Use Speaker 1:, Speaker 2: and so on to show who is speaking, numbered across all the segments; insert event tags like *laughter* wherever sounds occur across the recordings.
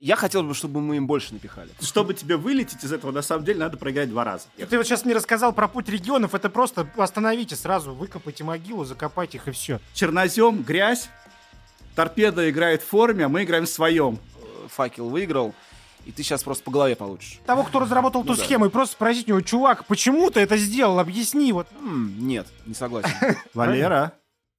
Speaker 1: Я хотел бы, чтобы мы им больше напихали.
Speaker 2: Чтобы тебе вылететь из этого, на самом деле, надо проиграть два раза.
Speaker 3: Ты вот сейчас мне рассказал про путь регионов, это просто остановите сразу, выкопайте могилу, закопайте их и все.
Speaker 2: Чернозем, грязь, торпеда играет в форме, а мы играем в своем.
Speaker 1: Э, Факел выиграл, и ты сейчас просто по голове получишь.
Speaker 3: Того, кто разработал
Speaker 1: Ну
Speaker 3: ту
Speaker 1: да.
Speaker 3: схему, и просто спросить у него, чувак, почему ты это сделал, объясни, вот.
Speaker 1: М, нет, не согласен.
Speaker 2: Валера,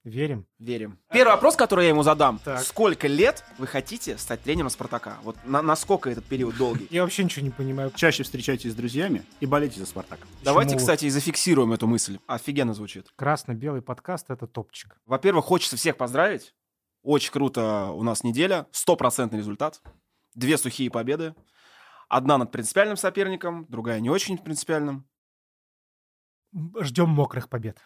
Speaker 3: Верим.
Speaker 1: Верим. Первый вопрос, который я ему задам.
Speaker 3: Так.
Speaker 1: Сколько лет вы хотите стать тренером Спартака? Вот на- насколько этот период
Speaker 3: *laughs*
Speaker 1: долгий?
Speaker 3: Я вообще ничего не понимаю.
Speaker 2: чаще встречайтесь с друзьями и болейте за «Спартак».
Speaker 1: Давайте,
Speaker 3: Почему?
Speaker 1: кстати, и зафиксируем эту мысль. Офигенно звучит.
Speaker 3: Красно-белый подкаст — это топчик.
Speaker 1: Во-первых, хочется всех поздравить. Очень круто у нас неделя. Стопроцентный результат. Две сухие победы. Одна над принципиальным соперником, другая не очень принципиальным.
Speaker 3: Ждем мокрых побед.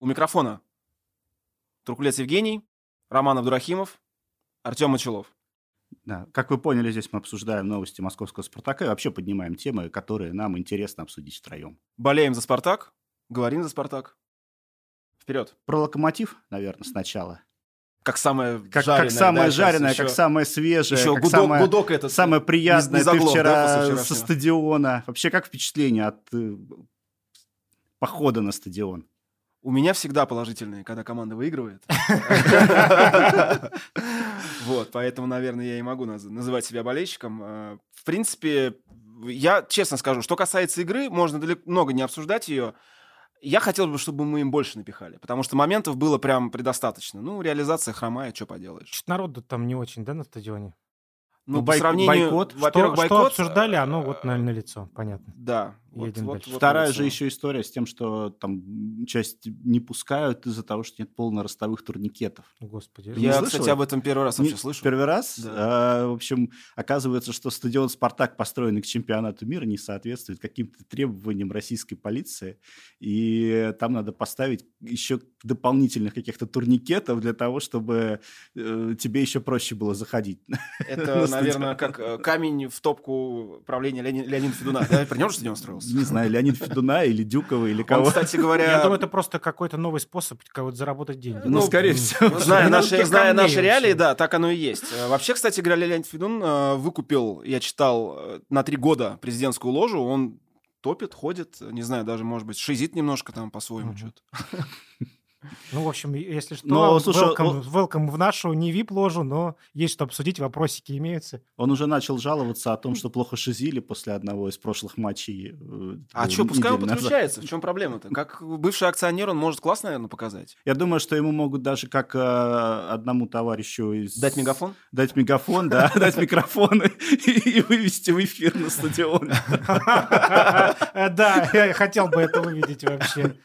Speaker 1: У микрофона Туркулец Евгений, Роман Абдурахимов, Артем Мочелов.
Speaker 2: Да. Как вы поняли, здесь мы обсуждаем новости московского «Спартака» и вообще поднимаем темы, которые нам интересно обсудить втроем.
Speaker 1: Болеем за «Спартак», говорим за «Спартак». Вперед.
Speaker 2: Про «Локомотив», наверное, сначала.
Speaker 1: Как самое
Speaker 2: Как,
Speaker 1: жареное.
Speaker 2: как самое
Speaker 1: да, сейчас
Speaker 2: жареное,
Speaker 1: еще-
Speaker 2: как самое свежее,
Speaker 1: Еще
Speaker 2: как
Speaker 1: гудок,
Speaker 2: самое,
Speaker 1: гудок этот.
Speaker 2: самое приятное
Speaker 1: не заглох,
Speaker 2: ты вчера
Speaker 1: да, после
Speaker 2: со
Speaker 1: вчерашнего?
Speaker 2: стадиона. Вообще, как впечатление от э, похода на стадион?
Speaker 1: У меня всегда положительные, когда команда выигрывает. Вот, поэтому, наверное, я и могу наз- называть себя болельщиком. Э, В принципе, я честно скажу, что касается игры, можно далеко много не обсуждать ее. Я хотел бы, чтобы мы им больше напихали, потому что моментов было прям предостаточно. Ну, реализация хромает, что поделаешь.
Speaker 3: Чуть народу там не очень, да, на стадионе?
Speaker 1: Ну,
Speaker 2: Ну,
Speaker 1: по
Speaker 2: бойк-
Speaker 1: сравнению...
Speaker 2: бойкот?
Speaker 1: Во-первых,
Speaker 3: что,
Speaker 1: бойкот...
Speaker 3: что обсуждали,
Speaker 2: А, ну,
Speaker 3: оно вот
Speaker 1: э,
Speaker 3: на, лицо, понятно.
Speaker 1: Да. вот-
Speaker 3: Едем
Speaker 1: вот- *laughs*
Speaker 3: дальше.
Speaker 1: вот
Speaker 2: Вторая
Speaker 1: на
Speaker 2: же
Speaker 1: лицо.
Speaker 2: еще история с тем, что там часть не пускают из-за того, что нет полноростовых турникетов.
Speaker 3: Господи.
Speaker 2: Ты не
Speaker 1: Я,
Speaker 2: слышала
Speaker 1: кстати,
Speaker 2: это?
Speaker 1: об этом первый раз
Speaker 2: Не-
Speaker 1: вообще слышу.
Speaker 2: Первый раз.
Speaker 1: Да.
Speaker 2: А, в общем, оказывается, что стадион «Спартак», построенный к чемпионату мира, не соответствует каким-то требованиям российской полиции. И там надо поставить еще дополнительных каких-то турникетов для того, чтобы э, тебе еще проще было заходить.
Speaker 1: Это,
Speaker 2: на
Speaker 1: наверное, как э, камень в топку правления Леони- Леонида
Speaker 2: *laughs*
Speaker 1: Федуна. Да, при нем же стадион строился?
Speaker 2: Не знаю, Леонид Федуна или Дюкова или
Speaker 1: Он,
Speaker 2: кого. *laughs*
Speaker 1: кстати говоря...
Speaker 3: Я думаю, это просто какой-то новый способ кого-то заработать деньги.
Speaker 1: ну,
Speaker 2: Ну, скорее
Speaker 3: м.
Speaker 2: всего.
Speaker 1: Зная
Speaker 3: Ну,
Speaker 1: наши,
Speaker 3: для
Speaker 1: зная
Speaker 3: камней
Speaker 1: наши
Speaker 3: вообще.
Speaker 1: реалии, да, так оно и есть. Э, Вообще, кстати говоря, Леонид Федун э, выкупил, я читал, э, на три года президентскую ложу. Он топит, ходит, э, не знаю, даже, может быть, шизит немножко там по-своему
Speaker 3: Мгм.
Speaker 1: что-то.
Speaker 3: Ну, в общем, если что,
Speaker 2: Но, слушай,
Speaker 3: welcome, welcome в нашу не вип-ложу, но есть что обсудить, вопросики
Speaker 2: *laughs*
Speaker 3: имеются.
Speaker 2: Он уже начал жаловаться о
Speaker 1: Хм.
Speaker 2: том, что плохо шизили после одного из прошлых матчей. э,
Speaker 1: А
Speaker 2: это
Speaker 1: что,
Speaker 2: было
Speaker 1: пускай он
Speaker 2: неделю назад.
Speaker 1: подключается, в чем проблема-то? Как бывший акционер он может класс, наверное, показать.
Speaker 2: Я думаю, что ему могут даже как э, одному товарищу из...
Speaker 1: Дать мегафон?
Speaker 2: Дать мегафон, да, *laughs* дать микрофон и и вывести в эфир на стадион.
Speaker 3: Э, Да, я хотел бы это увидеть вообще.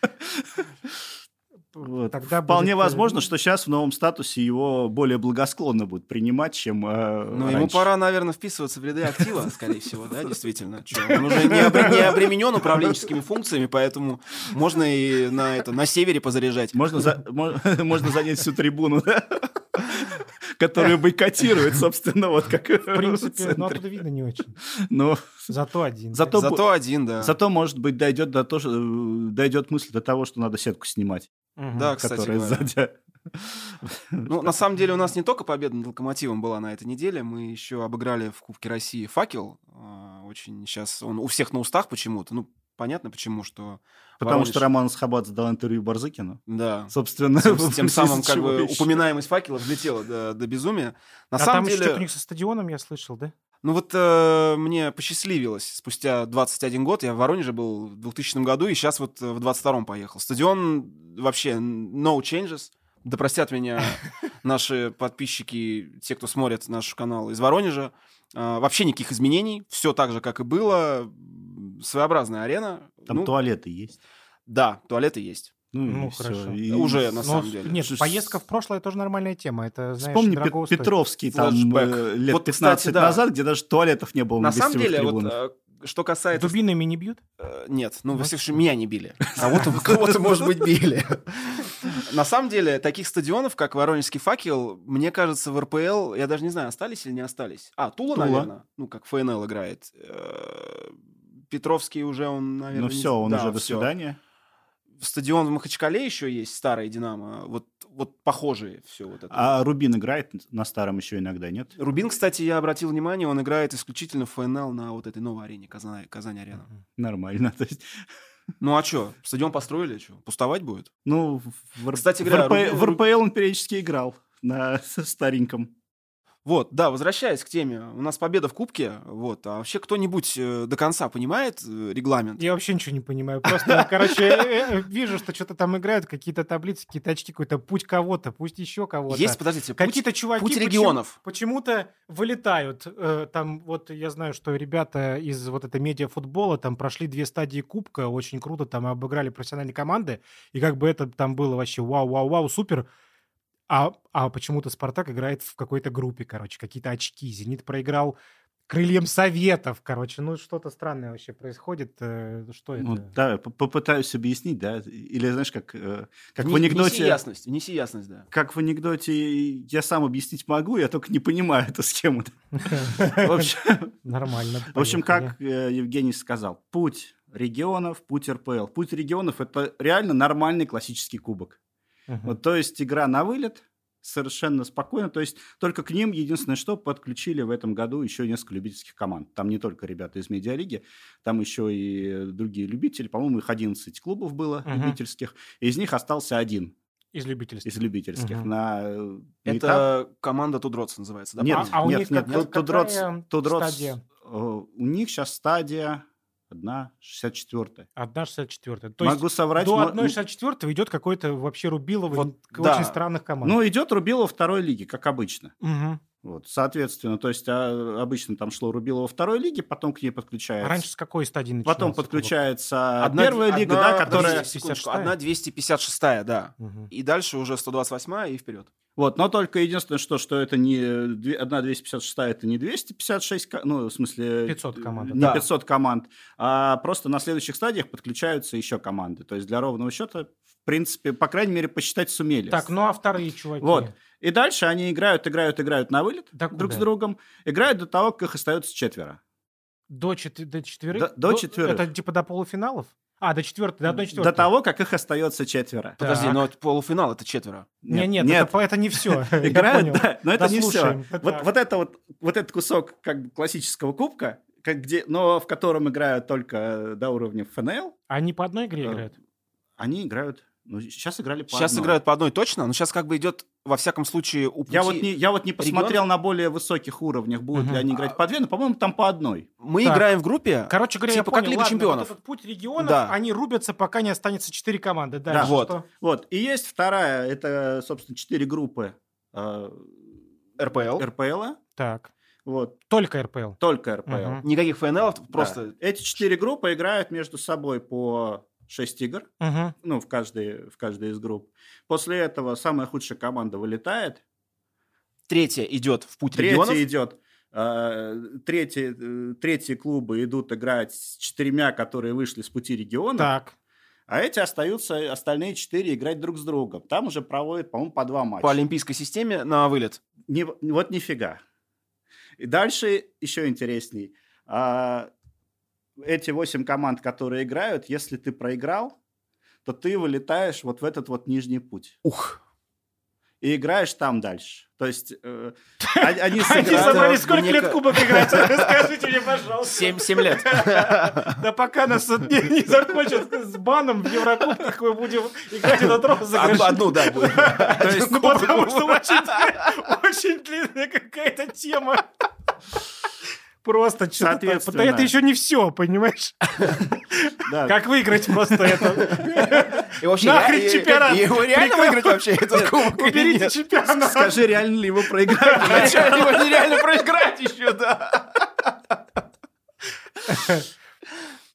Speaker 2: Вот.
Speaker 3: Тогда
Speaker 2: Вполне
Speaker 3: будет, э,
Speaker 2: возможно, что сейчас в новом статусе его более благосклонно будут принимать, чем э,
Speaker 1: Ну,
Speaker 2: раньше.
Speaker 1: ему пора, наверное, вписываться в ряды актива, скорее всего, да, действительно. Чё,
Speaker 2: *laughs*
Speaker 1: Он уже не, обре- не обременен управленческими функциями, поэтому можно и на, это, на севере позаряжать.
Speaker 2: Можно, за- мо- *laughs* можно занять всю трибуну, да? *laughs* которую бойкотирует, собственно, вот как
Speaker 3: В принципе, ну, оттуда видно не очень.
Speaker 2: Но
Speaker 3: Зато один.
Speaker 2: Зато
Speaker 1: Зато один, да.
Speaker 2: зато, может быть, дойдет до того, что- э, дойдет мысль до того, что надо сетку снимать,
Speaker 3: Мгм.
Speaker 1: Да, кстати
Speaker 2: которая
Speaker 1: говоря. *laughs*
Speaker 2: сзади.
Speaker 1: Ну, на самом деле, у нас не только победа над «Локомотивом» была на этой неделе, мы еще обыграли в Кубке России «Факел». А, Очень сейчас он у всех на устах почему-то. Ну, понятно почему, что...
Speaker 2: Потому
Speaker 1: Воронеж-
Speaker 2: что Роман Схабадзе дал интервью Барзыкину.
Speaker 1: Да.
Speaker 2: *laughs* Собственно,
Speaker 1: Тем, тем самым, как бы,
Speaker 2: человечество.
Speaker 1: упоминаемость «Факела» взлетела до, до безумия. На
Speaker 3: а
Speaker 1: самом
Speaker 3: там еще
Speaker 1: деле...
Speaker 3: что-то у них со стадионом, я слышал, да?
Speaker 1: Ну вот э, мне посчастливилось спустя 21 год. Я в Воронеже был в 2000 году, и сейчас вот э, в 22-м поехал. Стадион вообще no changes. Да простят
Speaker 2: *laughs*
Speaker 1: меня наши подписчики, те, кто смотрит наш канал из Воронежа. Э, вообще никаких изменений. Все так же, как и было. М, Своеобразная арена.
Speaker 2: Там
Speaker 1: Ну,
Speaker 2: туалеты есть.
Speaker 1: Да, туалеты есть.
Speaker 2: и
Speaker 3: Ну,
Speaker 2: всё.
Speaker 3: хорошо.
Speaker 2: И
Speaker 1: Уже, на
Speaker 3: Но
Speaker 1: самом
Speaker 3: с-
Speaker 1: деле.
Speaker 3: Нет,
Speaker 2: Ш-
Speaker 3: поездка в прошлое тоже нормальная тема. Это, знаешь,
Speaker 2: Вспомни Пе-
Speaker 3: дорого стоит.
Speaker 2: Петровский там
Speaker 1: Флэшбэк.
Speaker 2: э, лет
Speaker 1: Вот,
Speaker 2: 15
Speaker 1: кстати, да.
Speaker 2: назад, где даже туалетов не было на,
Speaker 1: На самом
Speaker 2: гостевых
Speaker 1: деле, вот,
Speaker 2: трибунах.
Speaker 1: э, что касается
Speaker 3: Дубинами не бьют?
Speaker 1: Э, Нет, ну, во
Speaker 3: Ну,
Speaker 1: всех случае, меня не
Speaker 2: *laughs*
Speaker 1: били. Кого-то, кого-то, может быть, *laughs* били. На самом деле, таких стадионов, как Воронежский факел, мне кажется, в РПЛ, я даже не знаю, остались или не остались. А, Тула,
Speaker 2: Тула.
Speaker 1: наверное, ну, как ФНЛ играет. Э, Петровский уже, он, наверное...
Speaker 2: ну
Speaker 1: не-
Speaker 2: все, он
Speaker 1: да,
Speaker 2: уже до
Speaker 1: всё.
Speaker 2: свидания.
Speaker 1: стадион в Махачкале еще есть, старая «Динамо», вот, вот похожие все вот это.
Speaker 2: А Рубин играет на старом еще иногда, нет?
Speaker 1: Рубин, кстати, я обратил внимание, он играет исключительно в ФНЛ на вот этой новой арене Казань, Казань-Арена.
Speaker 2: Нормально. *laughs* То есть,
Speaker 1: Ну а что, стадион построили, что, пустовать будет?
Speaker 2: ну, в,
Speaker 1: Кстати
Speaker 2: в
Speaker 1: говоря,
Speaker 2: РП
Speaker 1: Рубин-
Speaker 2: в РПЛ он периодически играл на *laughs* стареньком.
Speaker 1: Вот, да, возвращаясь к теме, у нас победа в Кубке, вот, а вообще кто-нибудь э, до конца понимает э, регламент?
Speaker 3: Я вообще ничего не понимаю. Просто, короче, э, э, вижу, что что-то там играют, какие-то таблицы, какие-то очки, какой-то путь кого-то, пусть еще кого-то.
Speaker 1: Есть, подождите, путь,
Speaker 3: какие-то чуваки
Speaker 1: путь
Speaker 3: почему-
Speaker 1: регионов.
Speaker 3: почему-то вылетают. Э, Там вот я знаю, что ребята из вот этой медиафутбола там прошли две стадии кубка, очень круто там обыграли профессиональные команды, и как бы это там было вообще вау-вау-вау, супер. А, а почему-то Спартак играет в какой-то группе, короче, какие-то очки. Зенит проиграл крыльям Советов, короче, ну что-то странное вообще происходит. Э, Что
Speaker 2: Ну,
Speaker 3: это?
Speaker 2: да, по- попытаюсь объяснить, да. Или знаешь, как, э, как
Speaker 1: Вне-
Speaker 2: в анекдоте...
Speaker 1: Внеси ясность, внеси ясность, да.
Speaker 2: Как в анекдоте, я сам объяснить могу, я только не понимаю эту схему. *laughs* В общем,
Speaker 3: *laughs* Нормально.
Speaker 2: в общем,
Speaker 3: поехали.
Speaker 2: как э, Евгений сказал, путь регионов, путь РПЛ. Путь регионов – это реально нормальный классический кубок.
Speaker 3: Мгм.
Speaker 2: Вот, то есть игра на вылет, совершенно спокойно. То есть только к ним единственное, что подключили в этом году еще несколько любительских команд. Там не только ребята из медиалиги, там еще и другие любители. По-моему, их 11 клубов было
Speaker 3: Мгм.
Speaker 2: любительских. Из них остался один
Speaker 3: Из любительства.
Speaker 2: из любительских.
Speaker 3: Мгм.
Speaker 2: На, э, на этап.
Speaker 1: Это команда Тудроц называется, да?
Speaker 2: Нет,
Speaker 1: правильно?
Speaker 3: а у
Speaker 2: нет,
Speaker 3: них
Speaker 2: нет.
Speaker 3: как-
Speaker 2: Тут- тут
Speaker 3: какая
Speaker 2: Ротс- тут Ротс,
Speaker 3: стадия?
Speaker 2: э, у них сейчас стадия одна, 64
Speaker 3: Одна 64 То
Speaker 2: Могу
Speaker 3: есть
Speaker 2: соврать.
Speaker 3: до
Speaker 2: но- ну,
Speaker 3: 1,64 идет какой-то вообще Рубилово
Speaker 1: Вот,
Speaker 3: н- к
Speaker 1: да.
Speaker 3: очень странных команд.
Speaker 2: ну, идет Рубило второй лиги, как обычно.
Speaker 3: Мгм.
Speaker 2: Вот, соответственно, то есть а, обычно там шло Рубило во второй лиге, потом к ней
Speaker 3: А
Speaker 2: подключается.
Speaker 3: раньше с какой стадии начинался?
Speaker 2: потом подключается
Speaker 1: Одна-
Speaker 2: первая лига,
Speaker 1: одна-
Speaker 2: да, которая.
Speaker 1: подождите, секундочку, Одна 256 да.
Speaker 3: кубок? Мгм.
Speaker 1: И дальше уже 128 и вперед.
Speaker 2: Вот, но только единственное, что, что это не две- одна 256, это не 256, ко- ну, в смысле...
Speaker 3: 500 команд.
Speaker 2: Не
Speaker 1: Да.
Speaker 2: 500 команд, а просто на следующих стадиях подключаются еще команды. То есть для ровного счета, в принципе, по крайней мере, посчитать сумели.
Speaker 3: Так, ну а вторые чуваки?
Speaker 2: Вот. И дальше они играют, играют, играют на вылет
Speaker 3: Да
Speaker 2: друг
Speaker 3: куда?
Speaker 2: с другом. Играют до того, как их остается четверо.
Speaker 3: До, чет- до четверых?
Speaker 2: До- до четверых.
Speaker 3: Это типа до полуфиналов? А, до четвертой, до одной четвертой.
Speaker 2: До того, как их остается четверо.
Speaker 3: Так.
Speaker 1: Подожди, но это полуфинал это четверо.
Speaker 3: Не, нет, Это, по- это не
Speaker 2: *laughs*
Speaker 3: все.
Speaker 2: играют, да, но это не все.
Speaker 3: Дослушаем.
Speaker 2: Вот,
Speaker 3: Так.
Speaker 2: вот это вот, вот этот кусок как бы классического кубка, как где, но в котором играют только э, до уровня ФНЛ,
Speaker 3: Они по одной игре
Speaker 2: Э,
Speaker 3: играют?
Speaker 2: они играют. Ну, сейчас играли по
Speaker 1: Сейчас
Speaker 2: одной.
Speaker 1: играют по одной точно, но сейчас как бы идет, во всяком случае, у пути...
Speaker 2: Я вот, не, я вот не
Speaker 1: регионов?
Speaker 2: посмотрел на более высоких уровнях, будут
Speaker 3: Мгм. А
Speaker 2: ли они играть по две, но, по-моему, там по одной.
Speaker 1: Мы
Speaker 3: Так.
Speaker 1: играем в группе,
Speaker 3: Короче говоря, я
Speaker 1: типа как
Speaker 3: понял,
Speaker 1: Лига
Speaker 3: ладно,
Speaker 1: Чемпионов.
Speaker 3: вот этот путь регионов,
Speaker 1: Да.
Speaker 3: они рубятся, пока не останется четыре команды.
Speaker 2: Да,
Speaker 3: Дальше
Speaker 1: вот.
Speaker 3: что?
Speaker 2: Вот. И есть вторая, это, собственно, четыре группы э,
Speaker 1: РПЛ,
Speaker 2: РПЛ.
Speaker 3: Так,
Speaker 2: Вот,
Speaker 3: только РПЛ.
Speaker 2: только РПЛ.
Speaker 3: Мгм.
Speaker 1: никаких ФНЛов,
Speaker 2: Просто
Speaker 1: просто...
Speaker 2: эти четыре группы играют между собой по шесть игр.
Speaker 3: Мгм.
Speaker 2: ну, в каждой, в каждой из групп. После этого самая худшая команда вылетает,
Speaker 1: Третья идет в путь
Speaker 2: третья
Speaker 1: регионов.
Speaker 2: идет, э, третьи, э, третьи клубы идут играть с четырьмя, которые вышли с пути региона,
Speaker 3: Так.
Speaker 2: а эти остаются, остальные четыре играть друг с другом. Там уже проводят, по-моему, по два матча.
Speaker 1: По олимпийской системе на вылет.
Speaker 2: Не- вот нифига. И дальше еще интересней. А, эти восемь команд, которые играют, если ты проиграл, то ты вылетаешь вот в этот вот нижний путь.
Speaker 1: Ух.
Speaker 2: и играешь там дальше. То есть
Speaker 3: *laughs*
Speaker 2: э, они они
Speaker 3: Они
Speaker 1: Это
Speaker 2: сыграли...
Speaker 3: собрали сколько
Speaker 1: мне
Speaker 3: лет
Speaker 1: ка-
Speaker 3: кубок
Speaker 1: *laughs*
Speaker 3: играть? Скажите мне, пожалуйста.
Speaker 1: 7-7 лет.
Speaker 3: Да пока нас тут не, не закончат с баном в Еврокубках, мы будем играть этот розыгрыш.
Speaker 1: Одну, одну, да, будет.
Speaker 2: То есть,
Speaker 3: Ну, потому что очень, очень длинная какая-то тема. Просто что-то так.
Speaker 2: Соответственно.
Speaker 3: Это еще не все, понимаешь? А
Speaker 2: да.
Speaker 3: Как выиграть просто это?
Speaker 1: И вообще,
Speaker 3: Нахрен
Speaker 1: ре- и-
Speaker 3: чемпионат!
Speaker 1: и Его реально
Speaker 3: Прикол.
Speaker 1: выиграть вообще этот кубок? или
Speaker 3: Уберите *laughs*
Speaker 1: нет?
Speaker 3: чемпионат.
Speaker 2: Скажи, реально ли его
Speaker 3: *laughs*
Speaker 2: проиграли?
Speaker 1: Вначале его нереально проиграть еще, да.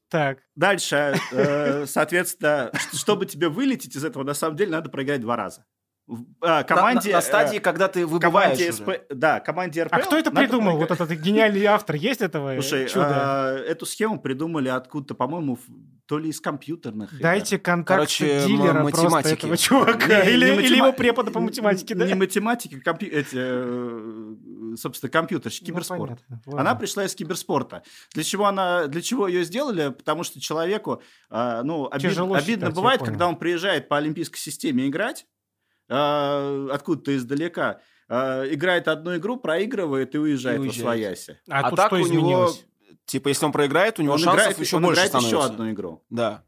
Speaker 3: Так.
Speaker 2: Дальше, э, соответственно, ш- чтобы тебе вылететь из этого, на самом деле надо проиграть два раза. В- а, команде...
Speaker 1: На- на- На
Speaker 2: э,
Speaker 1: стадии, когда ты выбываешь
Speaker 2: команде
Speaker 1: уже.
Speaker 2: СП... Да, команде РПЛ...
Speaker 3: А кто это
Speaker 2: надо
Speaker 3: придумал? Вот
Speaker 2: проиграть.
Speaker 3: этот гениальный автор есть этого
Speaker 2: Слушай,
Speaker 3: чуда?
Speaker 2: а, эту схему придумали откуда-то, по-моему, в- то ли из компьютерных. игр.
Speaker 3: Дайте контакт
Speaker 1: Короче,
Speaker 3: дилера
Speaker 1: м-
Speaker 3: просто
Speaker 1: математики.
Speaker 3: этого чувака.
Speaker 2: Не-
Speaker 3: *laughs* или,
Speaker 2: не
Speaker 3: или
Speaker 2: матема-
Speaker 3: его препода по математике, да?
Speaker 2: Не математики, компью- эти, э, собственно, компьютерщик,
Speaker 3: Ну,
Speaker 2: киберспорт.
Speaker 3: понятно.
Speaker 2: Она
Speaker 3: Ладно.
Speaker 2: пришла из киберспорта. Для чего она, для чего ее сделали? Потому что человеку, а, ну, обид-
Speaker 3: Тяжело
Speaker 2: обидно
Speaker 3: считать, я
Speaker 2: бывает,
Speaker 3: понял.
Speaker 2: когда он приезжает по олимпийской системе играть а, откуда-то издалека, а, играет одну игру, проигрывает и уезжает,
Speaker 1: И
Speaker 2: во
Speaker 1: уезжает.
Speaker 2: свояси.
Speaker 3: А,
Speaker 1: А
Speaker 3: тут
Speaker 1: так
Speaker 3: что
Speaker 1: у него,
Speaker 3: изменилось?
Speaker 1: типа, если он проиграет, у него
Speaker 2: Он
Speaker 1: шансов
Speaker 2: играет
Speaker 1: еще
Speaker 2: он
Speaker 1: больше
Speaker 2: играет
Speaker 1: становится.
Speaker 2: еще одну игру.
Speaker 1: Да.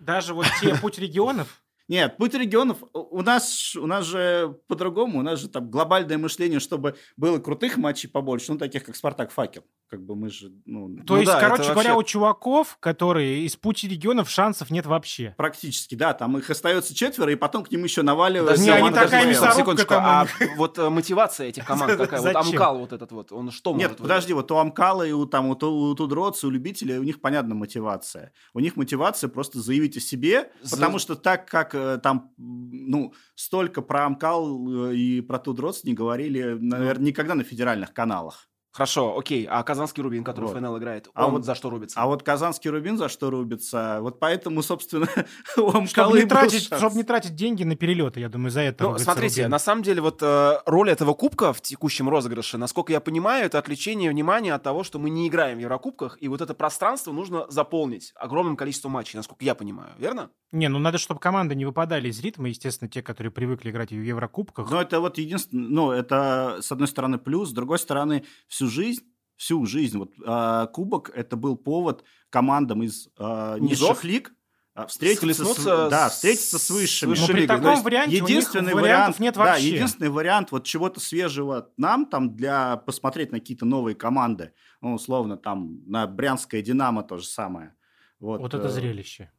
Speaker 3: Даже вот те *laughs* путь регионов,
Speaker 2: Нет, путь регионов у у нас, ж- у нас же по-другому, у нас же там глобальное мышление, чтобы было крутых матчей побольше, ну таких как Спартак Факел, как бы мы же, ну,
Speaker 3: то
Speaker 1: Ну
Speaker 3: есть,
Speaker 1: да, это
Speaker 3: короче говоря,
Speaker 1: вообще-
Speaker 3: у чуваков, которые из пути регионов, шансов нет вообще.
Speaker 2: практически, да, там их остается четверо, и потом к ним еще наваливается.
Speaker 3: Не, они
Speaker 1: Аман,
Speaker 3: такая
Speaker 1: подожди,
Speaker 3: мясорубка
Speaker 1: секундочку,
Speaker 3: там
Speaker 1: а вот э, мотивация этих команд какая? Вот
Speaker 3: Зачем?
Speaker 1: Амкал вот этот вот, он что
Speaker 2: Нет,
Speaker 1: может
Speaker 2: подожди, вот у Амкала и у, там, у, Ту- у Тудроца, у любителей, у них понятна мотивация. У них мотивация просто заявить о себе,
Speaker 1: За-
Speaker 2: потому что так как э, там, м, ну, столько про Амкал э, и про Тудроц не говорили, наверное, никогда на федеральных каналах.
Speaker 1: Хорошо, окей. А Казанский Рубин, который
Speaker 2: Вот.
Speaker 1: в ФНЛ играет,
Speaker 2: А
Speaker 1: он
Speaker 2: вот-
Speaker 1: за что рубится?
Speaker 2: А вот казанский Рубин за что рубится? Вот поэтому, собственно, *laughs* у Амкала
Speaker 3: Чтобы
Speaker 2: и
Speaker 3: не,
Speaker 2: был
Speaker 3: тратить,
Speaker 2: шанс.
Speaker 3: чтоб не тратить деньги на перелеты, я думаю, за это.
Speaker 1: Ну,
Speaker 3: рубится
Speaker 1: смотрите,
Speaker 3: Рубин.
Speaker 1: на самом деле, вот э, роль этого кубка в текущем розыгрыше, насколько я понимаю, это отвлечение внимания от того, что мы не играем в Еврокубках, и вот это пространство нужно заполнить огромным количеством матчей, насколько я понимаю, верно? А
Speaker 3: Не, ну надо, чтобы команды не выпадали из ритма, естественно, те, которые привыкли играть в Еврокубках.
Speaker 2: Но это вот единственное, ну, это, с одной стороны, плюс, с другой стороны, всю жизнь, всю жизнь, вот а, Кубок, это был повод командам из а,
Speaker 1: Низов?
Speaker 2: низших лиг а, встретиться,
Speaker 3: ну,
Speaker 2: с,
Speaker 1: Схлестнуться
Speaker 2: да,
Speaker 1: с-
Speaker 2: встретиться с высшими.
Speaker 1: с высшей
Speaker 3: Но Ну, при
Speaker 1: лигой, то
Speaker 3: таком
Speaker 1: есть
Speaker 3: варианте единственный
Speaker 2: единственный
Speaker 3: у них вариантов
Speaker 2: вариант,
Speaker 3: нет
Speaker 2: да,
Speaker 3: вообще.
Speaker 2: единственный вариант вот чего-то свежего нам там для посмотреть на какие-то новые команды, ну, условно там на Брянское Динамо то же самое. Вот,
Speaker 3: Вот это
Speaker 2: э,
Speaker 3: зрелище.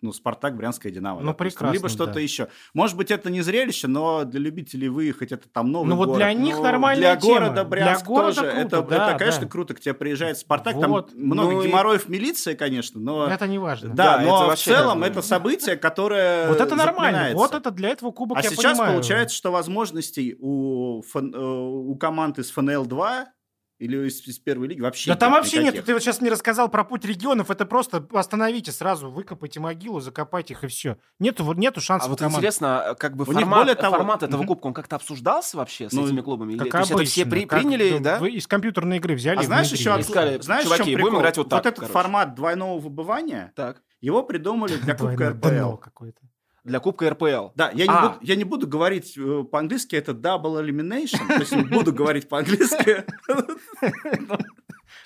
Speaker 2: ну, Спартак, Брянская Динамо.
Speaker 3: Ну,
Speaker 2: допустим.
Speaker 3: прекрасно,
Speaker 2: Либо что-то
Speaker 3: да.
Speaker 2: еще. Может быть, это не зрелище, но для любителей выехать это там новый
Speaker 3: Ну вот
Speaker 2: город.
Speaker 3: для них
Speaker 1: ну,
Speaker 3: нормальная
Speaker 2: Для
Speaker 3: тема.
Speaker 2: города Брянск
Speaker 3: Для города
Speaker 2: тоже.
Speaker 3: круто,
Speaker 2: это,
Speaker 3: да,
Speaker 2: это, конечно,
Speaker 3: да.
Speaker 2: круто. К тебе приезжает Спартак.
Speaker 3: Вот.
Speaker 2: Там много
Speaker 1: Ну и-
Speaker 2: геморроев милиции, конечно, но...
Speaker 3: Это не важно.
Speaker 2: Да,
Speaker 1: Да, это
Speaker 2: но в
Speaker 1: вообще
Speaker 2: целом
Speaker 1: как бы-
Speaker 2: это событие, которое
Speaker 3: Вот это нормально.
Speaker 2: запоминается.
Speaker 3: Вот это для этого кубок
Speaker 2: А
Speaker 3: я
Speaker 2: сейчас
Speaker 3: понимаю.
Speaker 2: получается, что возможностей у, фан- э, у команд из ФНЛ-2 или из, из первой лиги вообще
Speaker 3: Да там
Speaker 2: нет
Speaker 3: вообще
Speaker 2: никаких.
Speaker 3: нет. Ты вот сейчас мне рассказал про путь регионов. Это просто остановите сразу, выкопайте могилу, закопайте их и все. Нету,
Speaker 1: А
Speaker 3: нету шансов у
Speaker 1: вот
Speaker 3: команд.
Speaker 1: интересно, э, как бы
Speaker 2: У них
Speaker 1: формат,
Speaker 2: более того-
Speaker 1: формат этого
Speaker 2: Мгм.
Speaker 1: кубка, он как-то обсуждался вообще с
Speaker 2: Ну,
Speaker 1: этими клубами? Или,
Speaker 3: Как
Speaker 1: то есть это все
Speaker 3: обычно,
Speaker 1: при-
Speaker 3: как,
Speaker 1: приняли,
Speaker 3: ну,
Speaker 1: да?
Speaker 3: Вы из компьютерной игры взяли.
Speaker 2: А
Speaker 3: и
Speaker 2: знаешь
Speaker 3: внедрили.
Speaker 2: еще,
Speaker 1: И сказали,
Speaker 2: откуда- знаешь, в
Speaker 1: «Чуваки,
Speaker 2: чем
Speaker 1: будем
Speaker 2: прикол?
Speaker 1: играть вот так,
Speaker 2: этот
Speaker 1: короче».
Speaker 2: формат двойного выбывания,
Speaker 1: Так.
Speaker 2: его придумали для Кубка
Speaker 3: Двойное ну, дно
Speaker 2: РПЛ.
Speaker 3: какое-то.
Speaker 1: Для Кубка РПЛ.
Speaker 2: Да, я не,
Speaker 1: А.
Speaker 2: буду, я не буду говорить э, по-английски, это double elimination, то есть не буду
Speaker 1: *laughs*
Speaker 2: говорить по-английски.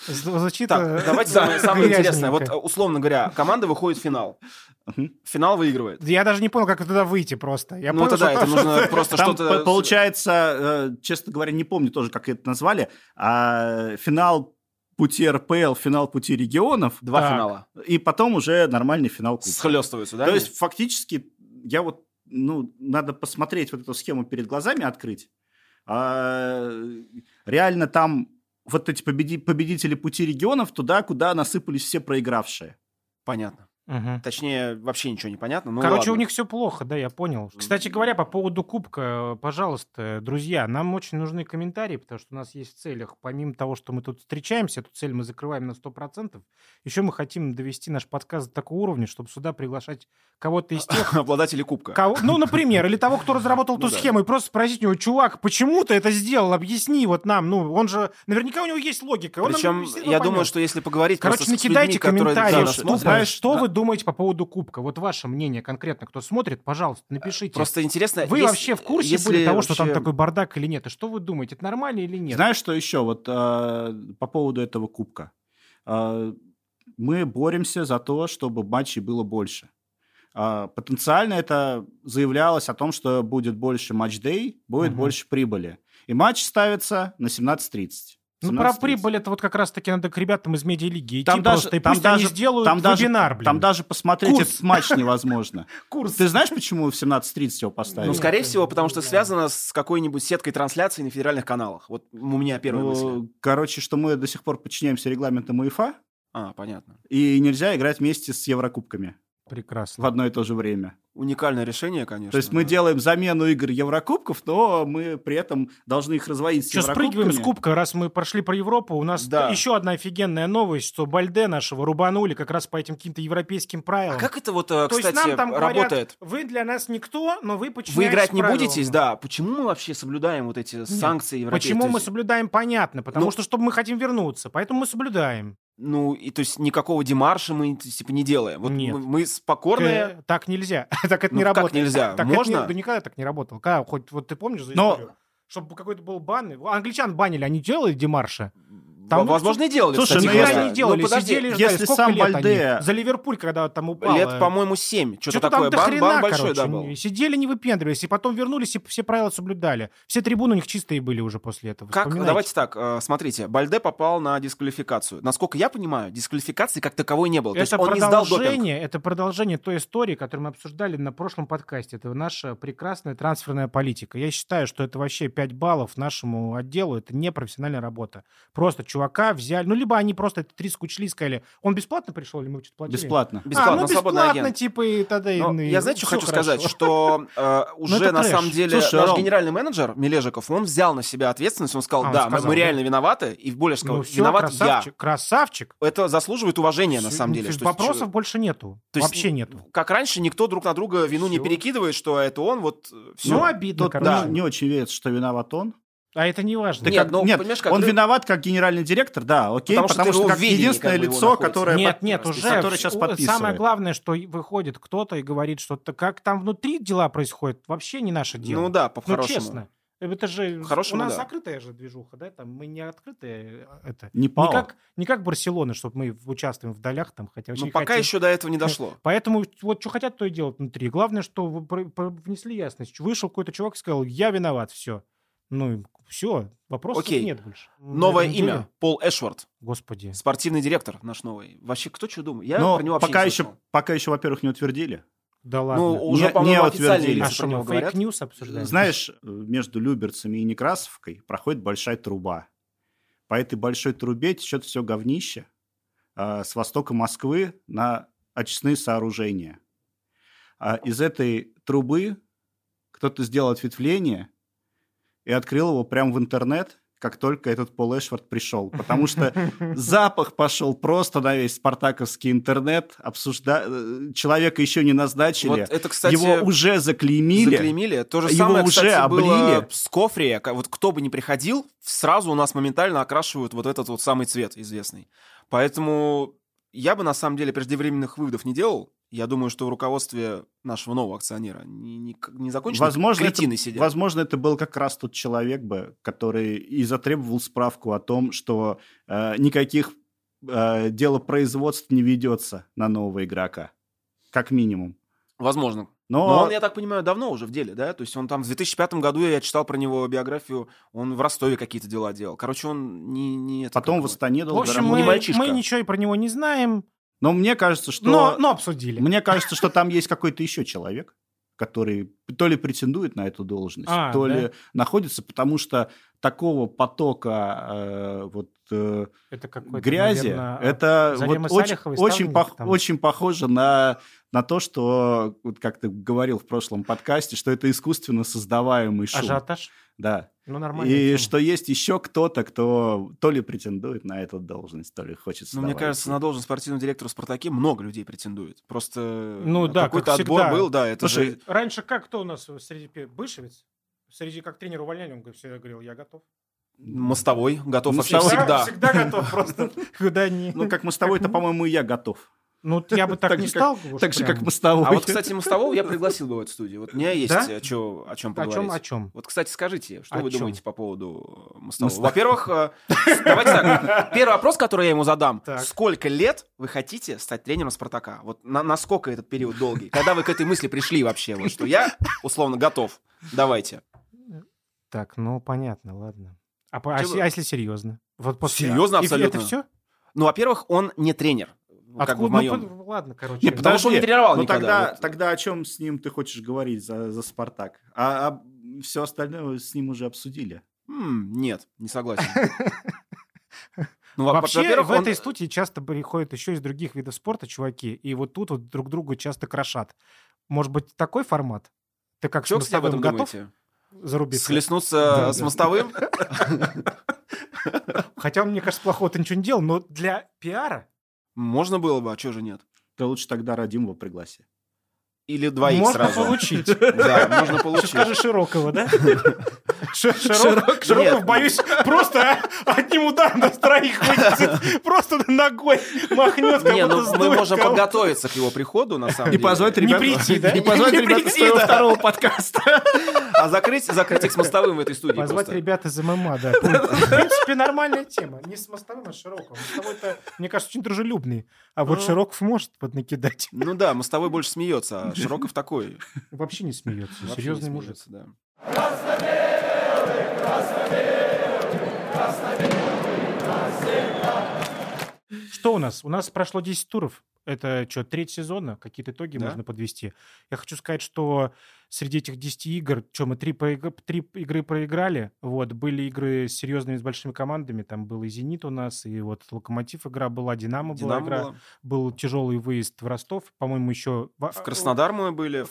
Speaker 3: З- Звучит...
Speaker 1: Так,
Speaker 2: *laughs*
Speaker 3: э,
Speaker 1: давайте
Speaker 3: *laughs*
Speaker 1: самое, самое
Speaker 3: грязненько.
Speaker 1: интересное. Вот, э, условно говоря, команда выходит в финал.
Speaker 2: Мгм.
Speaker 1: Финал выигрывает.
Speaker 3: Да Я даже не понял, как туда выйти просто. Я
Speaker 1: а ну,
Speaker 3: понял,
Speaker 1: это да,
Speaker 3: что
Speaker 1: это
Speaker 2: *laughs*
Speaker 3: там-
Speaker 1: нужно просто
Speaker 2: Там
Speaker 1: что-то...
Speaker 2: по- получается, э, честно говоря, не помню тоже, как это назвали, а финал пути РПЛ, финал пути регионов, э,
Speaker 1: Два
Speaker 3: Так.
Speaker 1: финала.
Speaker 2: и потом уже нормальный финал кубка.
Speaker 1: Схлестываются, да?
Speaker 2: То
Speaker 1: они?
Speaker 2: есть фактически я вот, ну, надо посмотреть вот эту схему перед глазами, открыть. А, реально там вот эти победи- победители пути регионов туда, куда насыпались все проигравшие.
Speaker 1: Понятно.
Speaker 3: Мгм.
Speaker 1: Точнее, вообще ничего не понятно. Ну,
Speaker 3: Короче,
Speaker 1: ладно.
Speaker 3: у них все плохо, да, я понял. Кстати говоря, по поводу Кубка, э, пожалуйста, друзья, нам очень нужны комментарии, потому что у нас есть в целях, помимо того, что мы тут встречаемся, эту цель мы закрываем на 100%, еще мы хотим довести наш подкаст до такого уровня, чтобы сюда приглашать кого-то из тех,
Speaker 1: *laughs* обладатели кубка.
Speaker 3: кого- ну, например, или того, кто разработал
Speaker 1: *laughs* Ну
Speaker 3: ту
Speaker 1: да.
Speaker 3: схему, и просто спросить у него, чувак, почему ты это сделал, объясни вот нам, ну, он же, наверняка у него есть логика. он нам
Speaker 1: Причем
Speaker 3: объяснит, ну, мы
Speaker 1: я
Speaker 3: поймем.
Speaker 1: думаю, что если поговорить
Speaker 3: Короче,
Speaker 1: просто с
Speaker 3: накидайте
Speaker 1: людьми, которые, да,
Speaker 3: комментарии,
Speaker 1: нас
Speaker 3: что,
Speaker 1: смотрят,
Speaker 3: знаешь, что
Speaker 1: да,
Speaker 3: вы думаете по поводу Кубка. Вот ваше мнение конкретно, кто смотрит, пожалуйста, напишите.
Speaker 1: Просто интересно.
Speaker 3: Вы
Speaker 1: если-
Speaker 3: вообще в курсе
Speaker 1: если
Speaker 3: были того, что там
Speaker 1: вообще- ну,
Speaker 3: такой бардак или нет? И что вы думаете, это нормально или нет?
Speaker 2: Знаешь, что еще вот э, по поводу этого кубка? Э, мы боремся за то, чтобы матчей было больше. А, потенциально это заявлялось о том, что будет больше матч-дей, будет
Speaker 3: Мгм.
Speaker 2: больше прибыли. И матч ставится на 17.30.
Speaker 3: ну, про
Speaker 2: 17:30.
Speaker 3: прибыль это вот как раз-таки надо к ребятам из медиалиги идти
Speaker 2: Там даже-
Speaker 3: просто, и
Speaker 2: там
Speaker 3: пусть они
Speaker 2: даже-
Speaker 3: сделают
Speaker 2: там даже-
Speaker 3: вебинар, блин.
Speaker 2: Там даже посмотреть
Speaker 3: Курс.
Speaker 2: этот
Speaker 1: *laughs*
Speaker 2: матч невозможно.
Speaker 3: курс.
Speaker 2: Ты знаешь, почему в 17.30 его поставили?
Speaker 1: Ну,
Speaker 3: Нет,
Speaker 1: скорее
Speaker 3: это
Speaker 1: всего, потому что
Speaker 3: не
Speaker 1: связано с какой-нибудь сеткой трансляции на федеральных каналах. Вот у меня первая
Speaker 2: Ну,
Speaker 1: мысль.
Speaker 2: Короче, что мы до сих пор подчиняемся регламентам УЕФА,
Speaker 1: А, понятно.
Speaker 2: и нельзя играть вместе с Еврокубками.
Speaker 3: Прекрасно.
Speaker 2: в одно и то же время.
Speaker 1: Уникальное решение, конечно.
Speaker 2: То есть мы
Speaker 1: да.
Speaker 2: делаем замену игр Еврокубков, но мы при этом должны их разводить с
Speaker 3: Что, спрыгиваем с
Speaker 2: Еврокубками.
Speaker 3: кубка, раз мы прошли про Европу, у нас
Speaker 1: Да.
Speaker 3: еще одна офигенная новость, что Бальде нашего рубанули как раз по этим каким-то европейским правилам.
Speaker 1: А как это вот, э,
Speaker 3: То
Speaker 1: кстати,
Speaker 3: есть нам там
Speaker 1: работает?
Speaker 3: говорят, вы для нас никто, но вы почему
Speaker 1: Вы играть не будете, да. Почему мы вообще соблюдаем вот эти санкции европейские?
Speaker 3: Почему
Speaker 1: То
Speaker 3: мы
Speaker 1: есть,
Speaker 3: соблюдаем, понятно, потому
Speaker 1: Ну-
Speaker 3: что чтобы мы хотим вернуться, поэтому мы соблюдаем.
Speaker 1: Ну, и то есть никакого демарша мы то есть, типа не делаем. Вот
Speaker 3: Нет.
Speaker 1: мы, мы спокорные.
Speaker 3: Э, Так нельзя, *laughs* так это
Speaker 1: Ну,
Speaker 3: не
Speaker 1: как
Speaker 3: работает.
Speaker 1: нельзя?
Speaker 3: Так это
Speaker 1: Можно?
Speaker 3: не- да никогда так не работало. Когда, хоть вот ты помнишь за
Speaker 2: Но-
Speaker 3: историю? Чтобы какой-то был бан. Англичан банили, они делали демарша?
Speaker 1: Там,
Speaker 3: Там, ну,
Speaker 1: возможно, и делали.
Speaker 2: слушай,
Speaker 1: кстати,
Speaker 2: ну,
Speaker 1: говоря.
Speaker 2: если-
Speaker 3: Никогда не делали,
Speaker 1: Ну, подожди,
Speaker 3: сидели и ждали.
Speaker 2: если
Speaker 3: Сколько
Speaker 2: сам
Speaker 3: лет
Speaker 2: Бальде-
Speaker 3: они? За Ливерпуль, когда там упало.
Speaker 1: Лет, по-моему, 7. Что-то
Speaker 3: Чё-то
Speaker 1: такое.
Speaker 3: там
Speaker 1: Бан,
Speaker 3: дохрена,
Speaker 1: бан большой, да,
Speaker 3: короче,
Speaker 1: был.
Speaker 3: не- Сидели, не выпендривались, и потом вернулись, и все правила соблюдали. Все трибуны у них чистые были уже после этого.
Speaker 1: Как,
Speaker 3: Вспоминайте.
Speaker 1: давайте так, э, смотрите, Бальде попал на дисквалификацию. Насколько я понимаю, дисквалификации как таковой не было. То есть
Speaker 3: Это
Speaker 1: он не сдал допинг.
Speaker 3: продолжение, это продолжение той истории, которую мы обсуждали на прошлом подкасте. Это наша прекрасная трансферная политика. Я считаю, что это вообще 5 баллов нашему отделу. Это не профессиональная работа. Просто чувака взяли. Ну, либо они просто этот риск учли и сказали, он бесплатно пришел, или мы что-то платили?
Speaker 2: Бесплатно.
Speaker 1: Бесплатно,
Speaker 3: а, ну,
Speaker 1: свободный
Speaker 3: бесплатно,
Speaker 1: агент.
Speaker 3: типа, и тогда... и-
Speaker 1: Но
Speaker 3: и
Speaker 1: я, знаете, что
Speaker 3: всё
Speaker 1: хочу
Speaker 3: хорошо. Ну,
Speaker 1: сказать,
Speaker 3: *laughs*
Speaker 1: что э, уже
Speaker 3: это
Speaker 1: на
Speaker 3: трэш.
Speaker 1: самом деле
Speaker 2: Слушай,
Speaker 1: наш
Speaker 2: Ром.
Speaker 1: генеральный менеджер Мележиков, он взял на себя ответственность, он сказал,
Speaker 3: А, он
Speaker 1: да, мы-
Speaker 3: сказал,
Speaker 1: мы
Speaker 3: да.
Speaker 1: реально виноваты, и более сказал,
Speaker 3: Ну, всё,
Speaker 1: виноват
Speaker 3: красавчик, красавчик.
Speaker 1: я. Это заслуживает уважения, на
Speaker 3: Всё,
Speaker 1: самом
Speaker 3: ну,
Speaker 1: деле.
Speaker 3: то есть
Speaker 1: что-
Speaker 3: Вопросов больше нету.
Speaker 1: То есть-
Speaker 3: Вообще нету.
Speaker 1: Как раньше, никто друг на друга вину не
Speaker 3: Всё.
Speaker 1: перекидывает, что это он, вот э, все.
Speaker 3: Ну, обидно,
Speaker 2: Тот
Speaker 3: короче.
Speaker 2: не, не очень верит, что виноват он.
Speaker 3: А это не важно.
Speaker 2: Да
Speaker 1: Нет,
Speaker 2: как-
Speaker 1: ну,
Speaker 2: нет,
Speaker 1: понимаешь, как
Speaker 2: он
Speaker 1: ты-
Speaker 2: виноват как генеральный директор, да, окей,
Speaker 1: Потому
Speaker 2: потому,
Speaker 1: что ты в
Speaker 2: что,
Speaker 1: его
Speaker 2: как
Speaker 1: ведении,
Speaker 2: единственное
Speaker 1: как бы, его
Speaker 2: лицо,
Speaker 1: находится.
Speaker 2: которое,
Speaker 1: которая
Speaker 3: нет,
Speaker 2: под-
Speaker 3: нет, уже
Speaker 2: которое сейчас
Speaker 3: у-
Speaker 2: подписывает.
Speaker 3: самое главное, что и выходит кто-то и говорит что-то, как там внутри дела происходят, вообще не наше дело.
Speaker 1: Ну да,
Speaker 3: Ну,
Speaker 1: по-хорошему.
Speaker 3: честно. Это же
Speaker 1: По-хорошему,
Speaker 3: у нас
Speaker 1: да.
Speaker 3: закрытая же движуха, да? Там мы не открытые э, это.
Speaker 2: не
Speaker 3: Не
Speaker 2: пало.
Speaker 3: как, не как Барселона, чтобы мы в- участвуем в долях там, хотя очень
Speaker 1: Но Ну, пока
Speaker 3: хотим.
Speaker 1: еще до этого не дошло.
Speaker 3: Поэтому вот что хотят, то и делают внутри. Главное, что вы про- про- внесли ясность. Вышел какой-то чувак и сказал, я виноват, все. Ну, все, вопросов
Speaker 1: Окей.
Speaker 3: нет больше. ну, На
Speaker 1: Новое
Speaker 3: этой
Speaker 1: имя
Speaker 3: неделе-
Speaker 1: Пол Эшвард,
Speaker 3: Господи.
Speaker 1: спортивный директор наш новый. Вообще, кто что думает? Я
Speaker 3: Ну,
Speaker 2: Но
Speaker 1: про него вообще
Speaker 2: пока
Speaker 1: не
Speaker 2: еще,
Speaker 1: слышал.
Speaker 2: пока еще, во-первых, не утвердили.
Speaker 3: Да ладно.
Speaker 1: Ну, уже,
Speaker 2: Не-
Speaker 1: по-моему,
Speaker 2: не
Speaker 1: официально
Speaker 2: утвердили.
Speaker 1: лица
Speaker 3: А
Speaker 1: про
Speaker 3: что,
Speaker 1: него
Speaker 3: мы
Speaker 1: говорят.
Speaker 3: фейк-ньюс обсуждаем? *laughs*
Speaker 2: Знаешь, э, между Люберцами и Некрасовкой проходит большая труба. По этой большой трубе течет все говнище а, с востока Москвы на очистные сооружения. А из этой трубы кто-то сделал ответвление и открыл его прямо в интернет, как только этот Пол Эшвард пришел. Потому что
Speaker 3: *laughs*
Speaker 2: Запах пошел просто на весь спартаковский интернет. Обсужда... э, Человека еще не
Speaker 1: Вот
Speaker 2: назначили.
Speaker 1: это, кстати,
Speaker 2: Его уже заклеймили.
Speaker 1: заклеймили. То же
Speaker 2: Его
Speaker 1: самое,
Speaker 2: уже
Speaker 1: кстати, было
Speaker 2: облили.
Speaker 1: с Кофри. Вот кто бы ни приходил, сразу у нас моментально окрашивают вот этот вот самый цвет известный. Поэтому я бы, на самом деле, преждевременных выводов не делал. Я думаю, что в руководстве нашего нового акционера не, не, не закончены
Speaker 2: Возможно это,
Speaker 1: кретины сидят.
Speaker 2: возможно, это был как раз тот человек бы, который и затребовал справку о том, что э, никаких э, делопроизводств не ведется на нового игрока. Как минимум.
Speaker 1: Возможно.
Speaker 2: Но,
Speaker 1: Но он, я так понимаю, давно уже в деле, да? То есть он там в 2005 году, я читал про него биографию, он в Ростове какие-то дела делал. Короче, он не... не это,
Speaker 2: потом
Speaker 1: как
Speaker 2: в
Speaker 1: его,
Speaker 2: Астане
Speaker 3: В
Speaker 2: долго
Speaker 3: общем,
Speaker 2: работал.
Speaker 1: не
Speaker 3: мы,
Speaker 1: мальчишка.
Speaker 3: мы ничего и про него не знаем,
Speaker 2: Но мне кажется, что...
Speaker 3: но, но обсудили.
Speaker 2: Мне кажется, что там есть какой-то еще человек, который то ли претендует на эту должность,
Speaker 3: А,
Speaker 2: то
Speaker 3: да.
Speaker 2: ли находится, потому что такого потока э, вот э,
Speaker 3: Это какой-то,
Speaker 2: грязи,
Speaker 3: наверное,
Speaker 2: это вот
Speaker 3: Зарема
Speaker 2: очень,
Speaker 3: Салихова и
Speaker 2: очень,
Speaker 3: Ставленника
Speaker 2: пох-
Speaker 3: там.
Speaker 2: очень похоже на на то, что вот как ты говорил в прошлом подкасте, что это искусственно создаваемый шум,
Speaker 3: ажиотаж.
Speaker 2: да,
Speaker 3: Ну, нормально.
Speaker 2: и что есть еще кто-то, кто то ли претендует на эту должность, то ли хочет.
Speaker 1: Ну, мне
Speaker 2: создавать.
Speaker 1: кажется, на должность спортивного директора в «Спартаке» много людей претендует. Просто э,
Speaker 3: Ну да,
Speaker 1: какой-то
Speaker 3: как
Speaker 1: отбор
Speaker 3: всегда.
Speaker 1: был, да, это
Speaker 2: Слушай,
Speaker 1: же...
Speaker 3: Раньше как кто у нас среди пе- Бышевец? Среди как тренер увольняли, он всегда говорил, я готов.
Speaker 1: Мостовой готов вообще
Speaker 2: Мостовой.
Speaker 1: Ну, всегда.
Speaker 3: Всегда готов просто. Куда ни...
Speaker 2: *laughs* ну как мы с тобой, то по-моему и я готов,
Speaker 3: Ну, т- я бы так
Speaker 2: Так
Speaker 3: не
Speaker 2: же,
Speaker 3: стал. уж
Speaker 2: так же
Speaker 3: прям.
Speaker 2: как мы с тобой.
Speaker 1: А вот,
Speaker 2: *laughs*
Speaker 1: кстати, Мостового я пригласил бы в эту студию. Вот у меня есть
Speaker 3: Да?
Speaker 1: о, чё- о чем
Speaker 3: О
Speaker 1: поговорить.
Speaker 3: чем, о чем?
Speaker 1: Вот, кстати, скажите, что
Speaker 3: О
Speaker 1: вы
Speaker 3: чём?
Speaker 1: думаете по поводу э, Мостового?
Speaker 2: Мостов-
Speaker 1: Во-первых, э, давайте
Speaker 3: *laughs*
Speaker 1: так. Первый вопрос, который я ему задам.
Speaker 3: Так.
Speaker 1: Сколько лет вы хотите стать тренером «Спартака»? Вот на- насколько этот период долгий? Когда вы к этой мысли пришли вообще? Вот что я, условно, готов. Давайте.
Speaker 3: Так, ну, понятно, ладно. А, по- а
Speaker 1: Чё
Speaker 3: се-
Speaker 1: вы-
Speaker 3: а если серьезно? Вот после...
Speaker 1: Серьезно
Speaker 3: И ф-
Speaker 1: абсолютно.
Speaker 3: Это все?
Speaker 1: Ну, во-первых, он не тренер. ну, Как бы в моем.
Speaker 3: Ладно, короче.
Speaker 2: Не,
Speaker 3: да.
Speaker 1: потому что он не тренировал
Speaker 2: ну
Speaker 1: никогда,
Speaker 2: Тогда,
Speaker 1: вот.
Speaker 2: тогда о чем с ним ты хочешь говорить за, за Спартак? А, все остальное с ним уже обсудили.
Speaker 3: *laughs*
Speaker 1: М, нет, не согласен. Ну, во-
Speaker 3: Вообще,
Speaker 1: во-первых,
Speaker 3: в
Speaker 1: он-
Speaker 3: этой студии часто приходят еще из других видов спорта чуваки, и вот тут вот друг друга часто крошат. Может быть, такой формат? Ты как
Speaker 1: Чё
Speaker 3: с
Speaker 1: вы об этом
Speaker 3: мостовым готов
Speaker 1: думаете?
Speaker 3: зарубиться?
Speaker 1: Схлестнуться
Speaker 3: Да,
Speaker 1: с
Speaker 3: да.
Speaker 1: мостовым?
Speaker 3: Хотя он, мне кажется, плохого-то ничего не делал, но для пиара
Speaker 1: Можно было бы, а чего же нет?
Speaker 2: Ты лучше тогда Радимова пригласи.
Speaker 1: Или двоих
Speaker 3: можно
Speaker 1: сразу.
Speaker 3: получить.
Speaker 1: *laughs* Да, можно
Speaker 3: Сейчас
Speaker 1: получить.
Speaker 3: скажи
Speaker 1: *laughs*
Speaker 3: Широкого, да? Ш- Широк-
Speaker 1: Широк-
Speaker 3: Широков,
Speaker 1: нет.
Speaker 3: боюсь, просто а, одним ударом нас троих
Speaker 1: *laughs*
Speaker 3: вынесет. Просто ногой махнет, как
Speaker 1: Не,
Speaker 3: будто
Speaker 1: ну мы
Speaker 3: сдует
Speaker 1: можем
Speaker 3: кого-то.
Speaker 1: подготовиться к его приходу, на самом деле.
Speaker 3: Не прийти,
Speaker 2: *laughs*
Speaker 3: да?
Speaker 2: И позвать
Speaker 3: Не
Speaker 2: ребят
Speaker 3: прийти,
Speaker 2: с твоего
Speaker 3: да.
Speaker 2: второго подкаста.
Speaker 1: А закрыть, закрыть их с мостовым в этой студии
Speaker 3: Позвать
Speaker 1: просто.
Speaker 3: ребят из ММА, да.
Speaker 1: *laughs*
Speaker 3: В принципе, нормальная тема. Не с мостовым, а с Широковым. Мостовой-то, э, мне кажется, очень дружелюбный. А вот
Speaker 1: Ну.
Speaker 3: Широков может поднакидать. *laughs*
Speaker 1: Ну да, мостовой больше смеется, а Широков такой.
Speaker 3: Вообще не смеется.
Speaker 1: вообще не
Speaker 3: Серьезный мужик.
Speaker 1: смеется, да.
Speaker 3: Что у нас? У нас прошло 10 туров. Это что, треть сезона? Какие-то итоги
Speaker 1: Да.
Speaker 3: можно подвести. Я хочу сказать, что среди этих 10 игр, что мы три, поиг- три игры проиграли, вот, были игры с серьезными, с большими командами, там был и «Зенит» у нас, и вот «Локомотив» игра была, «Динамо»,
Speaker 1: Динамо
Speaker 3: была игра,
Speaker 1: было.
Speaker 3: был тяжелый выезд в Ростов, по-моему, А, еще...
Speaker 1: В Краснодар мы были, в
Speaker 3: В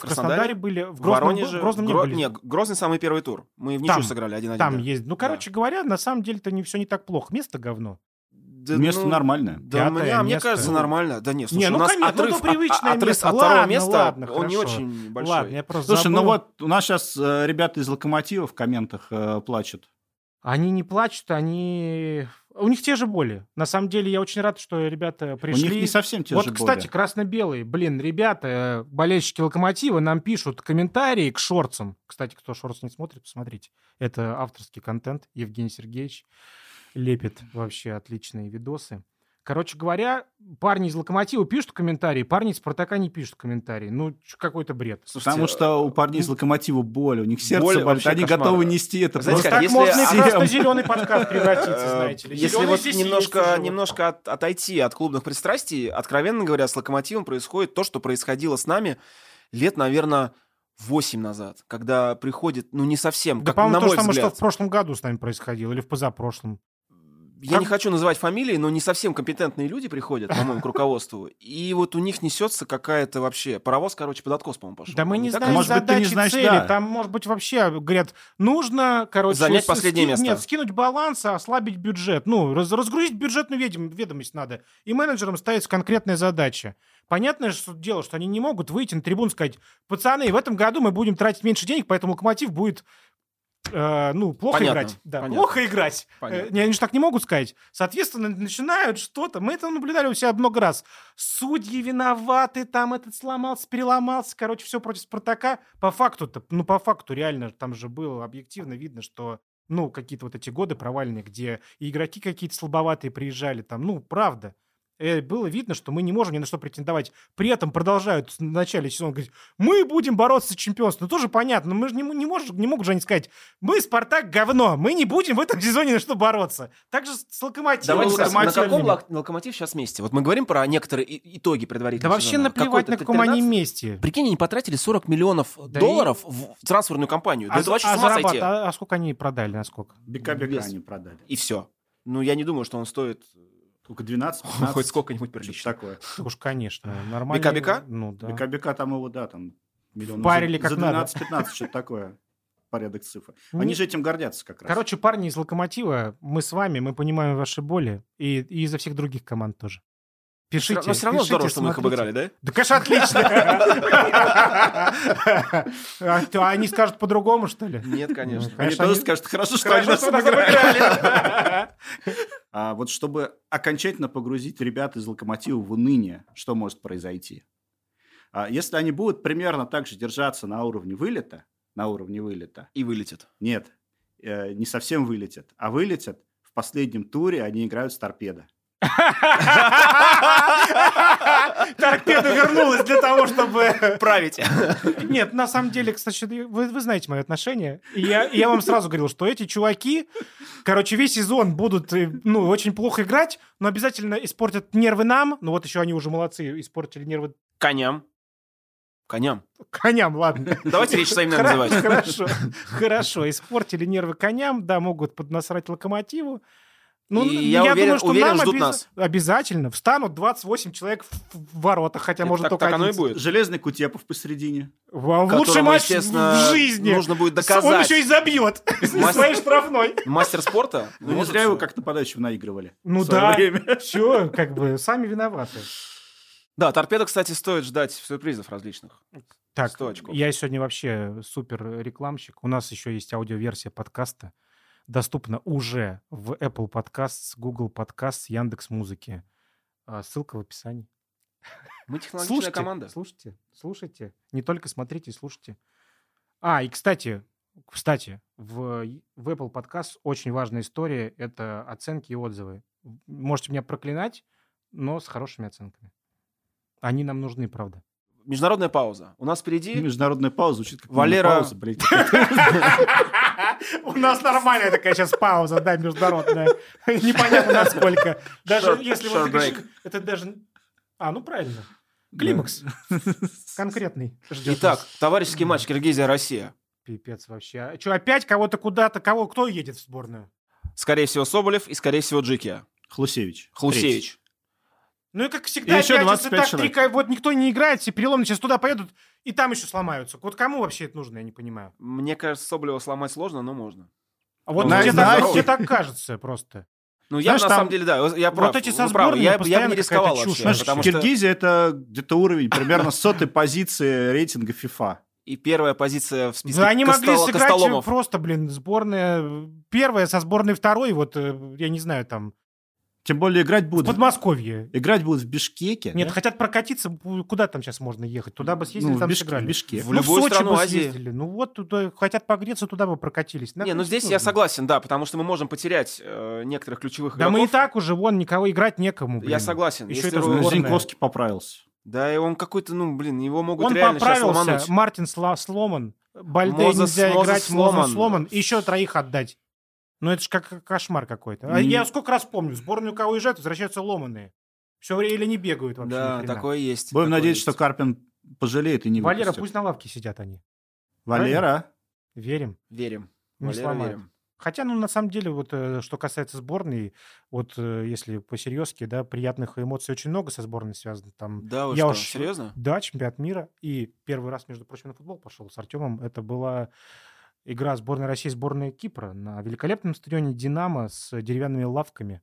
Speaker 1: Краснодаре,
Speaker 3: Краснодаре были, в
Speaker 1: в
Speaker 3: Грозном,
Speaker 1: Воронеже.
Speaker 3: в Грозном не
Speaker 1: Гро-
Speaker 3: были.
Speaker 1: Не, Грозный самый первый тур. Мы в ничью
Speaker 3: Там.
Speaker 1: сыграли один-один.
Speaker 3: там
Speaker 1: да.
Speaker 3: есть. Ну, короче говоря, на самом деле-то не все не так плохо. Место говно.
Speaker 1: Да,
Speaker 2: *laughs* Место
Speaker 1: ну,
Speaker 2: нормальное.
Speaker 1: Да,
Speaker 3: Пятое
Speaker 1: мне- мне
Speaker 3: место.
Speaker 1: кажется, нормально. Да нет, слушай,
Speaker 3: ну,
Speaker 1: у нас
Speaker 3: конечно, ну,
Speaker 1: отрыв,
Speaker 3: ну, привычное
Speaker 1: от, отрыв
Speaker 3: место.
Speaker 1: от второго
Speaker 3: Ладно,
Speaker 1: места,
Speaker 3: ладно,
Speaker 1: он не
Speaker 3: хорошо.
Speaker 1: очень большой.
Speaker 3: Ладно, я просто
Speaker 2: Слушай, ну
Speaker 3: забыл.
Speaker 2: вот у нас сейчас ребята из Локомотива в комментах э, плачут.
Speaker 3: Они не плачут, они... У них те же боли. На самом деле, я очень рад, что ребята
Speaker 2: У
Speaker 3: пришли.
Speaker 2: них не совсем те
Speaker 3: вот,
Speaker 2: же
Speaker 3: кстати,
Speaker 2: боли.
Speaker 3: красно-белые. Блин, ребята, э, болельщики «Локомотива» нам пишут комментарии к шорцам. Кстати, кто шорц не смотрит, посмотрите. Это авторский контент. Евгений Сергеевич лепит вообще отличные видосы. Короче говоря, парни из «Локомотива» пишут комментарии, парни из «Спартака» не пишут комментарии. Ну, ч- какой-то бред.
Speaker 1: Слушайте,
Speaker 2: Потому что у парней из Локомотива э, ну, боль, у них сердце
Speaker 1: Боль
Speaker 2: болит,
Speaker 1: вообще
Speaker 2: они
Speaker 1: кошмар.
Speaker 2: готовы нести это.
Speaker 1: Знаете,
Speaker 2: просто
Speaker 1: как,
Speaker 3: Ну, так
Speaker 1: если
Speaker 3: можно и
Speaker 1: от-
Speaker 3: просто зеленый подкаст
Speaker 1: *laughs*
Speaker 3: превратиться,
Speaker 1: Э,
Speaker 3: знаете ли.
Speaker 1: Если
Speaker 3: Зелёный
Speaker 1: вот
Speaker 3: здесь и есть
Speaker 1: немножко,
Speaker 3: уже вот.
Speaker 1: немножко от- отойти от клубных пристрастий, откровенно говоря, с «Локомотивом» происходит то, что происходило с нами лет, наверное, 8 назад, когда приходит, ну, не совсем,
Speaker 3: Да,
Speaker 1: как, на
Speaker 3: по-моему, то же
Speaker 1: мой
Speaker 3: самое, что
Speaker 1: взгляд.
Speaker 3: в прошлом году с нами происходило, или в позапрошлом.
Speaker 1: Я не
Speaker 3: как-
Speaker 1: хочу называть фамилии, но не совсем компетентные люди приходят, по-моему, к руководству. И вот у них несется какая-то вообще... Паровоз, короче, под откос, по-моему, пошел.
Speaker 3: Да мы не
Speaker 1: Ну, Так?
Speaker 3: знаем
Speaker 2: Может быть, ты
Speaker 3: задачи,
Speaker 2: не знаешь,
Speaker 3: цели.
Speaker 2: да.
Speaker 3: Там, может быть, вообще говорят, нужно, короче...
Speaker 1: Занять
Speaker 3: с-
Speaker 1: последнее
Speaker 3: ски-
Speaker 1: место.
Speaker 3: Нет, скинуть баланс, а ослабить бюджет. Ну, раз- разгрузить бюджетную ведом- ведомость надо. И менеджерам ставится конкретная задача. Понятное же дело, что они не могут выйти на трибуну и сказать, пацаны, в этом году мы будем тратить меньше денег, поэтому «Локомотив» будет... э, ну, плохо
Speaker 1: Понятно,
Speaker 3: играть. Да,
Speaker 1: понятно.
Speaker 3: плохо играть.
Speaker 1: Понятно.
Speaker 3: Э, не, они же так не могут сказать. Соответственно, начинают что-то. Мы это наблюдали у себя много раз судьи виноваты, там этот сломался, переломался, короче, все против Спартака. По факту-то, ну, по факту реально там же было объективно видно, что, ну, какие-то вот эти годы провальные, где и игроки какие-то слабоватые приезжали там, ну, правда. Э, Было видно, что мы не можем ни на что претендовать. При этом продолжают в начале сезона говорить, мы будем бороться за чемпионство. Ну, тоже понятно, мы же не, м- не, можем, не могут же они сказать, мы Спартак говно, мы не будем в этом *laughs* сезоне ни на что бороться. Так же с- с Локомотивом.
Speaker 1: Давайте
Speaker 3: с
Speaker 1: скажем, на каком
Speaker 3: «Локомотивными».
Speaker 1: лок- на локомотив сейчас месте? Вот мы говорим про некоторые и- итоги
Speaker 3: Да
Speaker 1: предварительного
Speaker 3: вообще
Speaker 1: сезона.
Speaker 3: наплевать,
Speaker 1: Какой-то
Speaker 3: на
Speaker 1: ты
Speaker 3: каком они
Speaker 1: 13?
Speaker 3: месте.
Speaker 1: Прикинь, они потратили 40 миллионов
Speaker 3: Да
Speaker 1: долларов в трансферную компанию. Да
Speaker 3: А
Speaker 1: ну это
Speaker 3: за-
Speaker 1: вообще
Speaker 3: а
Speaker 1: с ума
Speaker 3: зарабат-
Speaker 1: сойти.
Speaker 3: а- а сколько они продали, насколько?
Speaker 2: Бека-бека
Speaker 1: Без.
Speaker 2: они продали.
Speaker 3: а?
Speaker 1: И все. Ну, я не думаю, что он
Speaker 3: *laughs*
Speaker 1: стоит
Speaker 2: Только *laughs* 12
Speaker 1: хоть сколько-нибудь
Speaker 2: что
Speaker 1: прилично.
Speaker 2: такое.
Speaker 3: Уж, конечно, нормально.
Speaker 1: Бека-бека?
Speaker 3: Ну, да.
Speaker 2: Бека-бека там его, да, там миллион.
Speaker 3: Впарили
Speaker 2: за,
Speaker 3: как
Speaker 2: за
Speaker 3: надо.
Speaker 2: 12-15, что-то такое. Порядок цифр.
Speaker 3: Ну,
Speaker 2: Они же этим гордятся как раз.
Speaker 3: Короче, парни из «Локомотива», мы с вами, мы понимаем ваши боли. И, и изо всех других команд тоже. Пишите,
Speaker 1: Но все равно
Speaker 3: пишите,
Speaker 1: здорово, что мы их
Speaker 3: смотрите.
Speaker 1: обыграли, да?
Speaker 3: Да, конечно, отлично. А то Они скажут по-другому, что ли?
Speaker 1: Нет, конечно.
Speaker 2: они
Speaker 3: конечно,
Speaker 2: тоже
Speaker 3: они-
Speaker 2: скажут, хорошо, что они
Speaker 3: Хорошо,
Speaker 2: нас
Speaker 3: что нас
Speaker 2: обыграли. *laughs*
Speaker 3: обыграли.
Speaker 2: А вот чтобы окончательно погрузить ребят из «Локомотива» в уныние, что может произойти? А если они будут примерно так же держаться на уровне вылета, на уровне вылета,
Speaker 1: И
Speaker 3: *laughs*
Speaker 1: вылетит. *laughs*
Speaker 2: нет, э, не совсем вылетят, а вылетят в последнем туре, они играют с торпедо.
Speaker 3: Торпеда вернулась для того, чтобы
Speaker 1: Править.
Speaker 3: Нет, на самом деле, кстати, вы, вы знаете мое отношение. И я, и я вам сразу говорил, что эти чуваки, короче, весь сезон будут, э, ну, очень плохо играть, но обязательно испортят нервы нам. Ну, вот еще они уже молодцы, испортили нервы
Speaker 1: Коням. Коням.
Speaker 3: коням, ладно.
Speaker 1: Давайте речь своим
Speaker 3: Хра-
Speaker 1: называть.
Speaker 3: Хорошо, хорошо. Испортили нервы коням, да, могут поднасрать локомотиву. Ну,
Speaker 1: И я уверен-
Speaker 3: думаю, что
Speaker 1: уверен,
Speaker 3: нам
Speaker 1: ждут
Speaker 3: обяз-
Speaker 1: нас.
Speaker 3: обязательно встанут 28 человек в в воротах, хотя
Speaker 1: Это
Speaker 3: можно
Speaker 1: так,
Speaker 3: только
Speaker 1: так оно и
Speaker 3: один.
Speaker 1: будет.
Speaker 2: Железный Кутепов посередине.
Speaker 3: Во- Лучший
Speaker 1: Которому,
Speaker 3: матч
Speaker 1: естественно,
Speaker 3: в жизни.
Speaker 1: Нужно будет
Speaker 3: С- Он еще и
Speaker 1: доказать.
Speaker 3: забьет
Speaker 1: *laughs*
Speaker 3: из *laughs* своей штрафной.
Speaker 1: Мастер
Speaker 3: *laughs*
Speaker 1: спорта?
Speaker 2: Ну, не
Speaker 1: может,
Speaker 2: зря его
Speaker 1: всё.
Speaker 2: как нападающего наигрывали.
Speaker 3: Ну
Speaker 2: в своё
Speaker 3: да.
Speaker 2: время.
Speaker 3: Все, как бы, сами виноваты.
Speaker 1: Да, торпеда, кстати, стоит ждать сюрпризов различных.
Speaker 3: Так,
Speaker 1: Сто очков.
Speaker 3: я сегодня вообще супер рекламщик. У нас еще есть аудиоверсия подкаста. Доступна уже в Apple Podcasts, Google Podcasts, Яндекс Музыки. А, Ссылка в описании.
Speaker 1: Мы технологичная
Speaker 3: Слушайте,
Speaker 1: команда.
Speaker 3: слушайте, слушайте. Не только смотрите, слушайте. А, и, кстати, кстати, в, в Apple Podcast очень важная история — это оценки и отзывы. Можете меня проклинать, но с хорошими оценками. Они нам нужны, правда.
Speaker 1: Международная пауза. У нас впереди...
Speaker 2: Международная пауза звучит как
Speaker 1: Валера- *laughs*
Speaker 2: пауза, блядь.
Speaker 3: У нас нормальная такая сейчас пауза, да, международная. Непонятно насколько. Даже
Speaker 1: Short-
Speaker 3: если
Speaker 1: short
Speaker 3: вот
Speaker 1: break.
Speaker 3: это даже... А, ну правильно. Климакс конкретный. ждёт
Speaker 1: Итак,
Speaker 3: нас.
Speaker 1: товарищеский матч Киргизия-Россия.
Speaker 3: Пипец вообще. А Че, опять кого-то куда-то, кого, кто едет в сборную?
Speaker 1: Скорее всего, Соболев и, скорее всего, Джикия.
Speaker 2: Хлусевич. Третий.
Speaker 1: Хлусевич.
Speaker 3: Ну и как всегда,
Speaker 2: И ещё
Speaker 3: опять,
Speaker 2: 25
Speaker 3: если так,
Speaker 2: человек.
Speaker 3: три ко- вот никто не играет, все переломы сейчас туда поедут, и там еще сломаются. Вот кому вообще это нужно, я не понимаю.
Speaker 1: Мне кажется, Соболева сломать сложно, но можно.
Speaker 3: А вот
Speaker 1: Ну,
Speaker 3: мне,
Speaker 1: знаете.
Speaker 3: так, мне так кажется просто.
Speaker 1: Ну, я
Speaker 2: Знаешь,
Speaker 1: на
Speaker 2: там
Speaker 1: самом деле, да, я прав.
Speaker 3: эти со
Speaker 1: вы правы,
Speaker 3: сборными
Speaker 1: я, я бы
Speaker 3: постоянно
Speaker 1: не
Speaker 3: какая-то
Speaker 1: рисковал
Speaker 3: чушь.
Speaker 1: вообще.
Speaker 2: Знаешь,
Speaker 1: потому что
Speaker 2: Киргизия это где-то уровень примерно сотой позиции рейтинга FIFA.
Speaker 1: и первая позиция в списке
Speaker 3: Да, они могли
Speaker 1: Костол-
Speaker 3: сыграть
Speaker 1: Костоломов.
Speaker 3: просто, блин, сборная первая со сборной второй, вот, э, я не знаю, там,
Speaker 2: Тем более играть
Speaker 3: в
Speaker 2: будут.
Speaker 3: Подмосковье.
Speaker 2: Играть будут в Бишкеке.
Speaker 3: Нет,
Speaker 2: да?
Speaker 3: хотят прокатиться, бу- куда там сейчас можно ехать? Туда бы съездили,
Speaker 2: Ну, в
Speaker 3: там
Speaker 2: Бишке-
Speaker 3: сыграли.
Speaker 2: в Бишкеке.
Speaker 1: В
Speaker 3: Ну,
Speaker 1: любую
Speaker 3: Сочи
Speaker 1: страну
Speaker 3: бы
Speaker 1: Азии.
Speaker 3: съездили. Ну вот, туда, хотят погреться, туда бы прокатились.
Speaker 1: Не, ну
Speaker 3: Нахуй
Speaker 1: здесь я
Speaker 3: нужно?
Speaker 1: согласен, да, потому что мы можем потерять э, некоторых ключевых
Speaker 3: Да
Speaker 1: игроков.
Speaker 3: мы и так уже, вон, никого играть некому, блин.
Speaker 1: Я согласен.
Speaker 3: Еще
Speaker 1: Если
Speaker 3: это
Speaker 1: вы-
Speaker 3: сборная.
Speaker 2: Зиньковский Ну, поправился.
Speaker 1: Да, и он какой-то, ну, блин, его могут
Speaker 3: Он
Speaker 1: реально сейчас ломануть.
Speaker 3: поправился, Мартин сла- сломан, Бальде
Speaker 1: Мозес-
Speaker 3: нельзя
Speaker 1: Мозес
Speaker 3: играть,
Speaker 1: сломан.
Speaker 3: Мозес сломан, и еще троих отдать. Ну это же как кошмар какой-то. А
Speaker 2: М.
Speaker 3: Я сколько раз помню, в сборную у кого уезжают, возвращаются ломаные. Все время или не бегают вообще. ни
Speaker 1: Да,
Speaker 3: хрена.
Speaker 1: такое есть.
Speaker 2: Будем
Speaker 1: такое
Speaker 2: надеяться,
Speaker 1: есть.
Speaker 2: что Карпин пожалеет и не
Speaker 3: Валера,
Speaker 2: выпустит.
Speaker 3: пусть на лавке сидят они.
Speaker 2: Валера,
Speaker 3: Верим.
Speaker 1: Верим.
Speaker 3: Не
Speaker 1: Валера,
Speaker 3: сломают.
Speaker 1: верим.
Speaker 3: Хотя, ну, на самом деле, вот э, что касается сборной, вот э, если по да, приятных эмоций очень много со сборной связано. Там
Speaker 1: Да, вы
Speaker 3: Я
Speaker 1: что,
Speaker 3: уж-
Speaker 1: серьезно?
Speaker 3: Да, чемпионат мира. И первый раз, между прочим, на футбол пошел с Артемом. Это была игра сборной России и сборной Кипра на великолепном стадионе «Динамо» с деревянными лавками.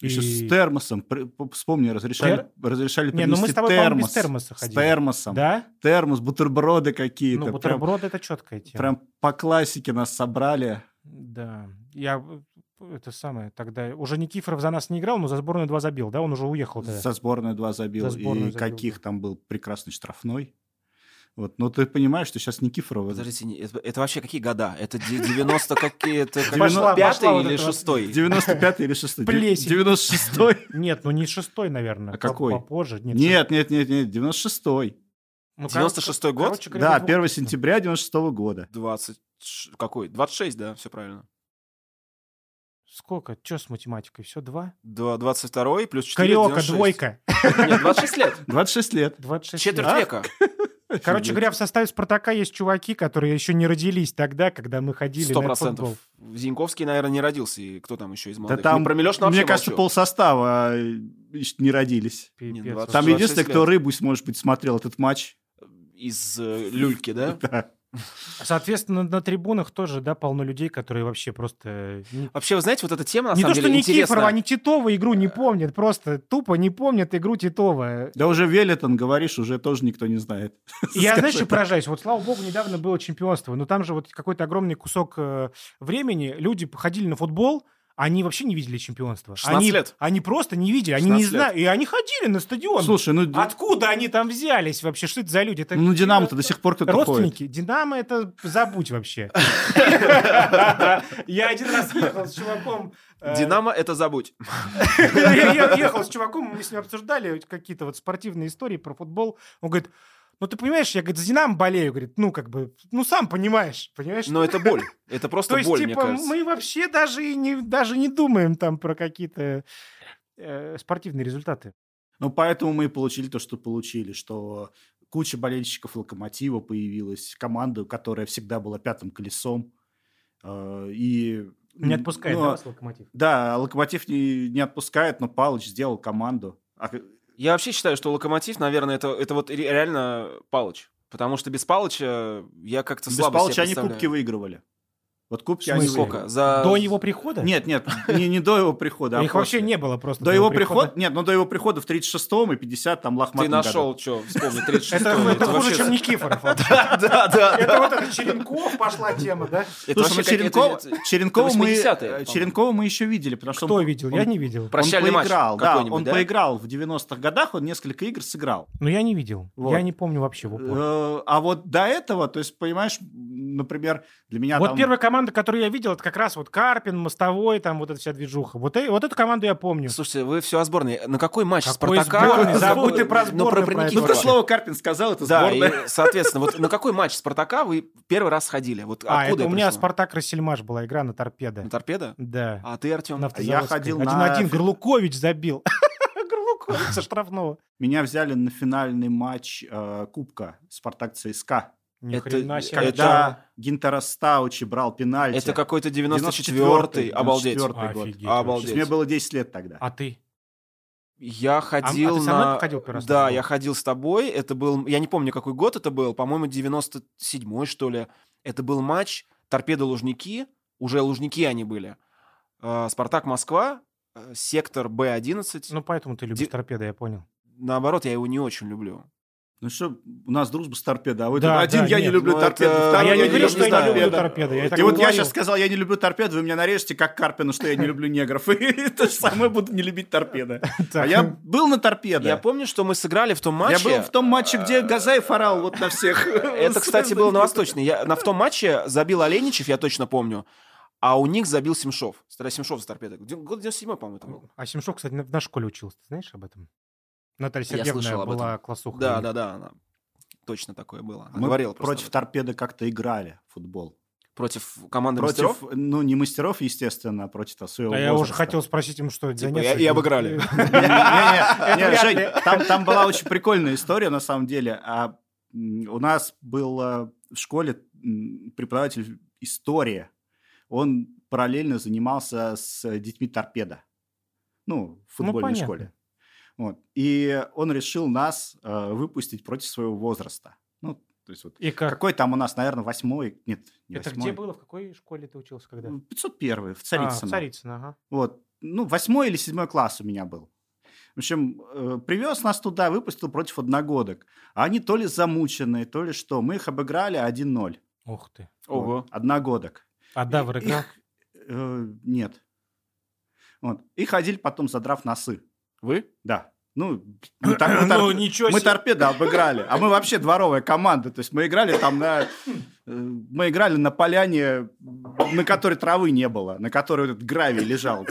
Speaker 2: еще
Speaker 3: И-
Speaker 2: с термосом. При- п- Вспомни, разрешали, разрешали
Speaker 3: Не, ну мы
Speaker 2: принести
Speaker 3: с тобой, по-моему,
Speaker 2: термос.
Speaker 3: без термоса
Speaker 2: С
Speaker 3: ходили.
Speaker 2: термосом.
Speaker 3: Да?
Speaker 2: Термос, бутерброды какие-то.
Speaker 3: Ну,
Speaker 2: прям,
Speaker 3: бутерброд — это четкая тема.
Speaker 2: прям по классике нас собрали.
Speaker 3: Да. Я э, это самое тогда... Уже Никифоров за нас не играл, но за сборную два забил, да? Он уже уехал тогда.
Speaker 2: Со сборной два забил.
Speaker 3: За сборную
Speaker 2: и
Speaker 3: забил,
Speaker 2: каких там был прекрасный штрафной. Вот. Но ты понимаешь, что сейчас Никифорова...
Speaker 1: Подождите, не- это, это вообще какие года? Это де- 90 какие-то...
Speaker 3: Пошла, пошла вот
Speaker 1: 95 или
Speaker 3: эта вот
Speaker 1: 6
Speaker 2: 95-й
Speaker 1: *laughs*
Speaker 2: или 6-й?
Speaker 3: Плесень. *laughs*
Speaker 2: 96-й?
Speaker 3: Нет, ну не шестой, наверное.
Speaker 2: А какой?
Speaker 3: Попозже.
Speaker 2: Нет, нет, нет, нет, 96-й.
Speaker 3: Ну,
Speaker 1: 96-й год?
Speaker 3: короче говоря,
Speaker 2: Да,
Speaker 3: вот-
Speaker 2: 1 сентября 96-го года.
Speaker 1: 20... ш- Какой? 26, да, все правильно.
Speaker 3: Сколько? Че с математикой? Все, два?
Speaker 1: Два- 22 плюс 4,
Speaker 3: Кариока, двойка. *laughs*
Speaker 1: Нет, 26 лет. *laughs*
Speaker 2: 26 лет.
Speaker 3: 26
Speaker 1: Четверть
Speaker 3: лет.
Speaker 1: века.
Speaker 3: Короче говоря, в составе Спартака есть чуваки, которые еще не родились тогда, когда мы ходили
Speaker 1: Сто
Speaker 3: на футбол.
Speaker 1: процентов. Зиньковский, наверное, не родился. И кто там еще из
Speaker 2: Да
Speaker 1: молодых?
Speaker 2: там,
Speaker 1: Ну, про Милешина вообще
Speaker 2: мне кажется,
Speaker 1: молчу.
Speaker 2: полсостава э, еще не родились.
Speaker 1: Не, ну, а
Speaker 3: Пипец.
Speaker 1: двадцать-
Speaker 2: Там
Speaker 1: 26
Speaker 3: вообще.
Speaker 2: единственный,
Speaker 1: лет.
Speaker 2: кто рыбу, может быть, смотрел этот матч.
Speaker 1: Из э, люльки,
Speaker 2: *laughs*
Speaker 1: да?
Speaker 2: Да.
Speaker 3: Соответственно, на трибунах тоже, да, полно людей, которые вообще просто... э, Не,
Speaker 1: Вообще, вы знаете, вот эта тема, на
Speaker 3: не то,
Speaker 1: самом
Speaker 3: что
Speaker 1: деле,
Speaker 3: Никифорова,
Speaker 1: интересна.
Speaker 3: они Титова игру не помнят, просто тупо не помнят
Speaker 1: *laughs*
Speaker 3: игру Титова.
Speaker 2: Да уже Велитон, говоришь, уже тоже никто не знает.
Speaker 3: Я, знаешь, что поражаюсь? Вот, слава богу, недавно было чемпионство, но там же вот какой-то огромный кусок э, времени люди походили на футбол, они вообще не видели чемпионства.
Speaker 1: 16
Speaker 3: Они,
Speaker 1: лет.
Speaker 3: они просто не видели, они не
Speaker 1: 16 лет.
Speaker 3: знают. И они ходили на стадион.
Speaker 2: Слушай, ну, д-
Speaker 3: Откуда они там взялись вообще? Что это за люди? Это
Speaker 2: ну Динамо-то до сих пор кто-то ходит.
Speaker 3: Родственники? Динамо это
Speaker 2: *laughs*
Speaker 3: забудь вообще. Я один раз ехал с чуваком. э,
Speaker 1: Динамо — это забудь.
Speaker 3: Я *laughs* я ехал с чуваком, мы с ним обсуждали какие-то вот спортивные истории про футбол. Он говорит, ну ты понимаешь, я говорит, за Динамо болею, говорит, ну как бы, ну сам понимаешь, понимаешь?
Speaker 1: Но это боль. Ну, Это
Speaker 3: То
Speaker 1: просто
Speaker 3: есть,
Speaker 1: боль, мне
Speaker 3: типа,
Speaker 1: кажется.
Speaker 3: мы вообще даже и не, даже не думаем там про какие-то э, спортивные результаты.
Speaker 2: Ну, поэтому мы и получили то, что получили, что куча болельщиков «Локомотива» появилась, команду, которая всегда была пятым колесом. Э, И
Speaker 3: Не отпускает,
Speaker 2: Ну,
Speaker 3: да, вас локомотив?
Speaker 2: Да, Локомотив не, не отпускает, но Палыч сделал команду. А к-
Speaker 1: Я вообще считаю, что Локомотив, наверное, это, это вот ре- реально Палыч. Потому что без Палыча я как-то
Speaker 2: без
Speaker 1: слабо
Speaker 2: Палыча
Speaker 1: себе
Speaker 2: они
Speaker 1: представляю.
Speaker 2: кубки выигрывали. Вот кубки
Speaker 3: В
Speaker 2: они
Speaker 3: смысле?
Speaker 1: Сколько?
Speaker 2: выигрывали.
Speaker 1: За...
Speaker 3: До его прихода?
Speaker 2: Нет, нет, не, не до его прихода. а
Speaker 3: *laughs* Их вообще
Speaker 2: после.
Speaker 3: не было просто.
Speaker 2: До его прихода, нет, ну до его прихода в 36-м и 50 там лохматом
Speaker 1: Ты нашел, что, вспомни, 36
Speaker 3: Это, это хуже,
Speaker 2: *laughs*
Speaker 3: чем Никифоров. вообще.
Speaker 1: Да, *laughs* да, да.
Speaker 3: Это вот от Черенков пошла тема, да?
Speaker 1: Это
Speaker 2: Слушай,
Speaker 1: вообще
Speaker 2: ну,
Speaker 1: как-
Speaker 2: Черенкова,
Speaker 1: это- это-
Speaker 2: Черенкова
Speaker 1: это
Speaker 2: мы,
Speaker 1: 80-е, по-моему.
Speaker 2: э, Черенкова мы еще видели, потому что
Speaker 3: Кто
Speaker 2: он,
Speaker 3: видел? Я не видел.
Speaker 2: он
Speaker 1: Прощальный матч
Speaker 2: поиграл, да,
Speaker 1: какой-нибудь,
Speaker 2: он
Speaker 1: да?
Speaker 2: поиграл в 90-х годах, он несколько игр сыграл.
Speaker 3: Ну, я не видел.
Speaker 2: Вот.
Speaker 3: Я не помню вообще в упор.
Speaker 2: Э, А вот до этого, то есть, понимаешь, например, для меня
Speaker 3: Вот
Speaker 2: там...
Speaker 3: первая команда, которую я видел, это как раз вот Карпин, Мостовой, там вот эта вся движуха. Вот, э- вот эту команду я помню.
Speaker 1: Слушайте, вы все о сборной. На какой матч
Speaker 3: Какой
Speaker 1: Спартака?
Speaker 3: сборной? Забудь ты про
Speaker 1: Ну,
Speaker 3: сборную, про
Speaker 1: Проникеева.
Speaker 2: Ну,
Speaker 3: Никифорова.
Speaker 2: то *laughs* слово Карпин сказал, это
Speaker 1: Да,
Speaker 2: сборная.
Speaker 1: и, соответственно, вот на какой матч Спартака вы первый раз ходили? Вот
Speaker 3: А,
Speaker 1: откуда
Speaker 3: это у меня
Speaker 1: пришло?
Speaker 3: Спартак Рассельмаш была игра на торпедо.
Speaker 1: На торпедо?
Speaker 3: Да.
Speaker 1: А ты, Артем?
Speaker 3: На Автозаводской.
Speaker 2: ходил на-
Speaker 3: Один-один. Горлукович забил. *laughs* Горлукович со штрафного.
Speaker 2: Меня взяли на финальный матч э, Кубка Спартак ЦСКА.
Speaker 3: Ни
Speaker 1: Это-
Speaker 3: хрена себе.
Speaker 1: это-
Speaker 2: Когда Гинтара Стаучи брал пенальти.
Speaker 1: Это какой-то 94-й,
Speaker 2: 94-й,
Speaker 1: обалдеть.
Speaker 2: 94-й.
Speaker 3: А,
Speaker 2: год.
Speaker 3: Офигеть.
Speaker 2: То
Speaker 1: Обалдеть.
Speaker 2: есть Мне было 10 лет тогда.
Speaker 3: А ты?
Speaker 1: Я
Speaker 3: а
Speaker 1: ходил
Speaker 3: ты со мной
Speaker 1: на...
Speaker 3: ходил первый раз?
Speaker 1: да, я ходил с тобой. Это был... Я не помню, какой год это был. По-моему, 97-й, что ли. Это был матч «Торпедо-Лужники». Уже «Лужники» они были. Э, «Спартак-Москва», э, сектор Б-11.
Speaker 3: Ну, поэтому ты любишь
Speaker 1: Ди-
Speaker 3: торпеды, я понял.
Speaker 1: Наоборот, я его не очень люблю.
Speaker 2: Ну что, у нас дружба с торпедо. А вы
Speaker 3: Да,
Speaker 2: тут
Speaker 3: да,
Speaker 2: один я не
Speaker 3: нет,
Speaker 2: люблю
Speaker 1: ну
Speaker 2: торпеду,
Speaker 1: это-
Speaker 2: второй
Speaker 1: А
Speaker 3: я не
Speaker 1: я
Speaker 3: говорю,
Speaker 1: не
Speaker 3: что я не
Speaker 1: знаю.
Speaker 3: люблю
Speaker 1: Да.
Speaker 3: торпеды. Я
Speaker 2: И
Speaker 3: так
Speaker 2: вот я
Speaker 3: говорил.
Speaker 2: сейчас сказал, я не люблю торпеду, вы меня нарежете, как Карпину, что я не люблю негров. *laughs* И то же самое буду не любить торпеда. А
Speaker 3: Так.
Speaker 2: я *laughs* был на торпедо.
Speaker 1: Я помню, что мы сыграли в том
Speaker 2: Я
Speaker 1: матче...
Speaker 2: был в том матче, где Газаев орал вот на
Speaker 1: *laughs*
Speaker 2: всех. *laughs*
Speaker 1: Это, кстати, было на Восточной. Я, на, в том матче забил Оленичев, я точно помню, а у них забил Семшов. Тогда Семшов за торпедо. Где- Год 97 по-моему, это был.
Speaker 3: А Семшов, кстати, на, в нашей школе учился. Ты знаешь об этом? Наталья
Speaker 1: Я слышал
Speaker 3: Сергеевна
Speaker 1: об
Speaker 3: была классуха.
Speaker 1: Да, да, да. она- Точно такое было. Она
Speaker 2: Мы
Speaker 1: говорила просто
Speaker 2: против
Speaker 1: об
Speaker 2: торпеды как-то играли в футбол.
Speaker 1: этом. против команды мастеров.
Speaker 2: Против, ну, не мастеров, естественно, а против своего
Speaker 3: Да я уже
Speaker 2: возраста.
Speaker 3: хотел спросить им, что это за
Speaker 1: Типа,
Speaker 3: несколько-
Speaker 1: и- и обыграли.
Speaker 2: Не-не-не,
Speaker 3: Это
Speaker 2: не,
Speaker 3: вряд
Speaker 2: Жень,
Speaker 3: ли.
Speaker 2: там- Там была очень прикольная история, на самом деле. А, м, У нас был э, в школе м, преподаватель истории. Он параллельно занимался с детьми торпеда. Ну, в
Speaker 3: Ну,
Speaker 2: футбольной
Speaker 3: понятно.
Speaker 2: школе. Вот. И он решил нас э, выпустить против своего возраста. Ну, то есть вот
Speaker 3: *laughs* И как?
Speaker 2: какой там у нас, наверное, восьмой? Нет, не
Speaker 3: Это
Speaker 2: восьмой.
Speaker 3: где было? В какой школе ты учился когда?
Speaker 2: 501 в
Speaker 3: А, в
Speaker 2: Царицыно.
Speaker 3: Царицыно, ага.
Speaker 2: Вот, ну, восьмой или седьмой класс у меня был. В общем, э, привез нас туда, выпустил против одногодок. А они то ли замученные, то ли что. Мы их обыграли 1-0.
Speaker 3: Ух ты.
Speaker 1: Ого.
Speaker 2: Вот, одногодок.
Speaker 3: А да, в
Speaker 2: Их, э, нет. Вот. И ходили потом, задрав носы.
Speaker 1: Вы?
Speaker 2: Да. *clears throat* Ну, мы, тор- мы тор-
Speaker 3: *laughs* Ну, ничего
Speaker 2: мы
Speaker 3: себе.
Speaker 2: торпеды обыграли. А мы вообще дворовая команда. То есть мы играли там на... э, Мы играли на поляне, на которой травы не было, на которой этот гравий лежал.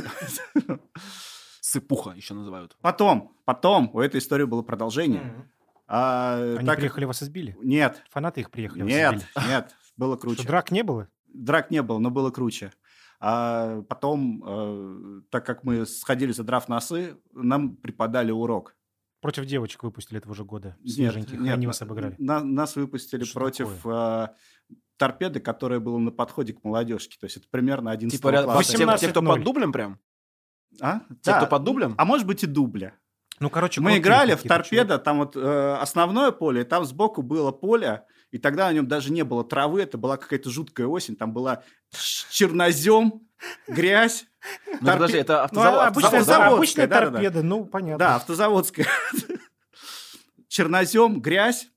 Speaker 1: Сыпуха еще называют.
Speaker 2: Потом, потом у этой истории было продолжение.
Speaker 3: Мгм.
Speaker 2: А,
Speaker 3: Они
Speaker 2: так-
Speaker 3: приехали, вас избили?
Speaker 2: Нет,
Speaker 3: Фанаты их приехали, вас
Speaker 2: нет,
Speaker 3: избили?
Speaker 2: нет, было
Speaker 3: *laughs* Что,
Speaker 2: круче.
Speaker 3: драк не было?
Speaker 2: Драк не было, но было круче. А потом, э, так как мы сходили за драв носы, нам преподали урок.
Speaker 3: Против девочек выпустили этого же года.
Speaker 2: Нет,
Speaker 3: Свеженьких.
Speaker 2: нет,
Speaker 3: Они вас обыграли.
Speaker 2: на- нас выпустили
Speaker 3: Что
Speaker 2: против э, торпеды, которая была на подходе к молодежке. То есть это примерно 11
Speaker 1: Типа рядом-
Speaker 2: класса.
Speaker 1: те- те, кто
Speaker 3: 18:0.
Speaker 1: под дублем прям?
Speaker 2: А?
Speaker 1: Те,
Speaker 2: Да.
Speaker 1: кто под дублем?
Speaker 2: А может быть и дубля.
Speaker 3: Ну, короче,
Speaker 2: Мы
Speaker 3: крутые
Speaker 2: играли в
Speaker 3: какие-то
Speaker 2: торпедо, там вот э, основное поле, и там сбоку было поле, и тогда на нем даже не было травы, это была какая-то жуткая осень, там была чернозем, грязь.
Speaker 1: Ну,
Speaker 2: Торпе- а
Speaker 1: подожди, это
Speaker 3: чуваки. Ну,
Speaker 1: автозавод.
Speaker 3: обычная,
Speaker 1: автозавод, да?
Speaker 2: завод.
Speaker 3: обычная
Speaker 2: да-да-да.
Speaker 3: торпеда, ну, понятно.
Speaker 2: Да, автозаводская. *laughs* Чернозем, грязь.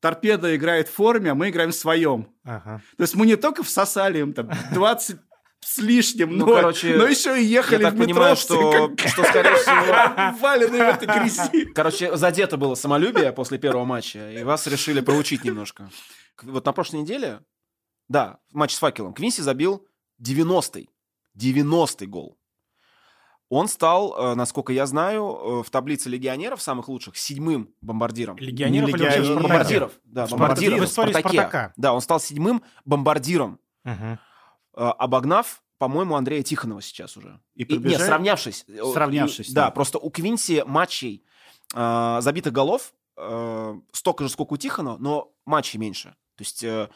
Speaker 2: Торпеда играет в форме, а мы играем в своем.
Speaker 3: Ага.
Speaker 2: То есть мы не только всосали им там 20 с лишним,
Speaker 1: Ну,
Speaker 2: но,
Speaker 1: короче,
Speaker 2: но еще и
Speaker 1: Я
Speaker 2: ехали
Speaker 1: так
Speaker 2: в метро, *laughs*
Speaker 1: понимаю,
Speaker 2: все
Speaker 1: что, что скорее всего...
Speaker 2: как *laughs* валенные в этой грязи.
Speaker 1: Короче, задето было самолюбие после первого матча, и вас решили проучить немножко. К- Вот на прошлой неделе, да, матч с факелом, Квинси забил 90-й, 90-й гол. Он стал, э, насколько я знаю, э, в таблице легионеров самых лучших седьмым бомбардиром.
Speaker 3: Легионеров или вообще в
Speaker 2: легионеров,
Speaker 3: Спартаке?
Speaker 1: Бомбардиров. Да,
Speaker 2: В
Speaker 1: бомбардиров.
Speaker 2: Спартаке.
Speaker 1: в
Speaker 3: В истории
Speaker 1: Спартаке.
Speaker 3: Спартака.
Speaker 1: Да, он стал седьмым бомбардиром,
Speaker 3: Мгм.
Speaker 1: э, обогнав, по-моему, Андрея Тихонова сейчас уже.
Speaker 2: И
Speaker 1: И- Нет,
Speaker 2: побежали.
Speaker 1: сравнявшись. э,
Speaker 2: Сравнявшись,
Speaker 1: ну, Да,
Speaker 2: да.
Speaker 1: просто у Квинси матчей а, забитых голов э, столько же, сколько у Тихона, но матчей меньше. То есть э,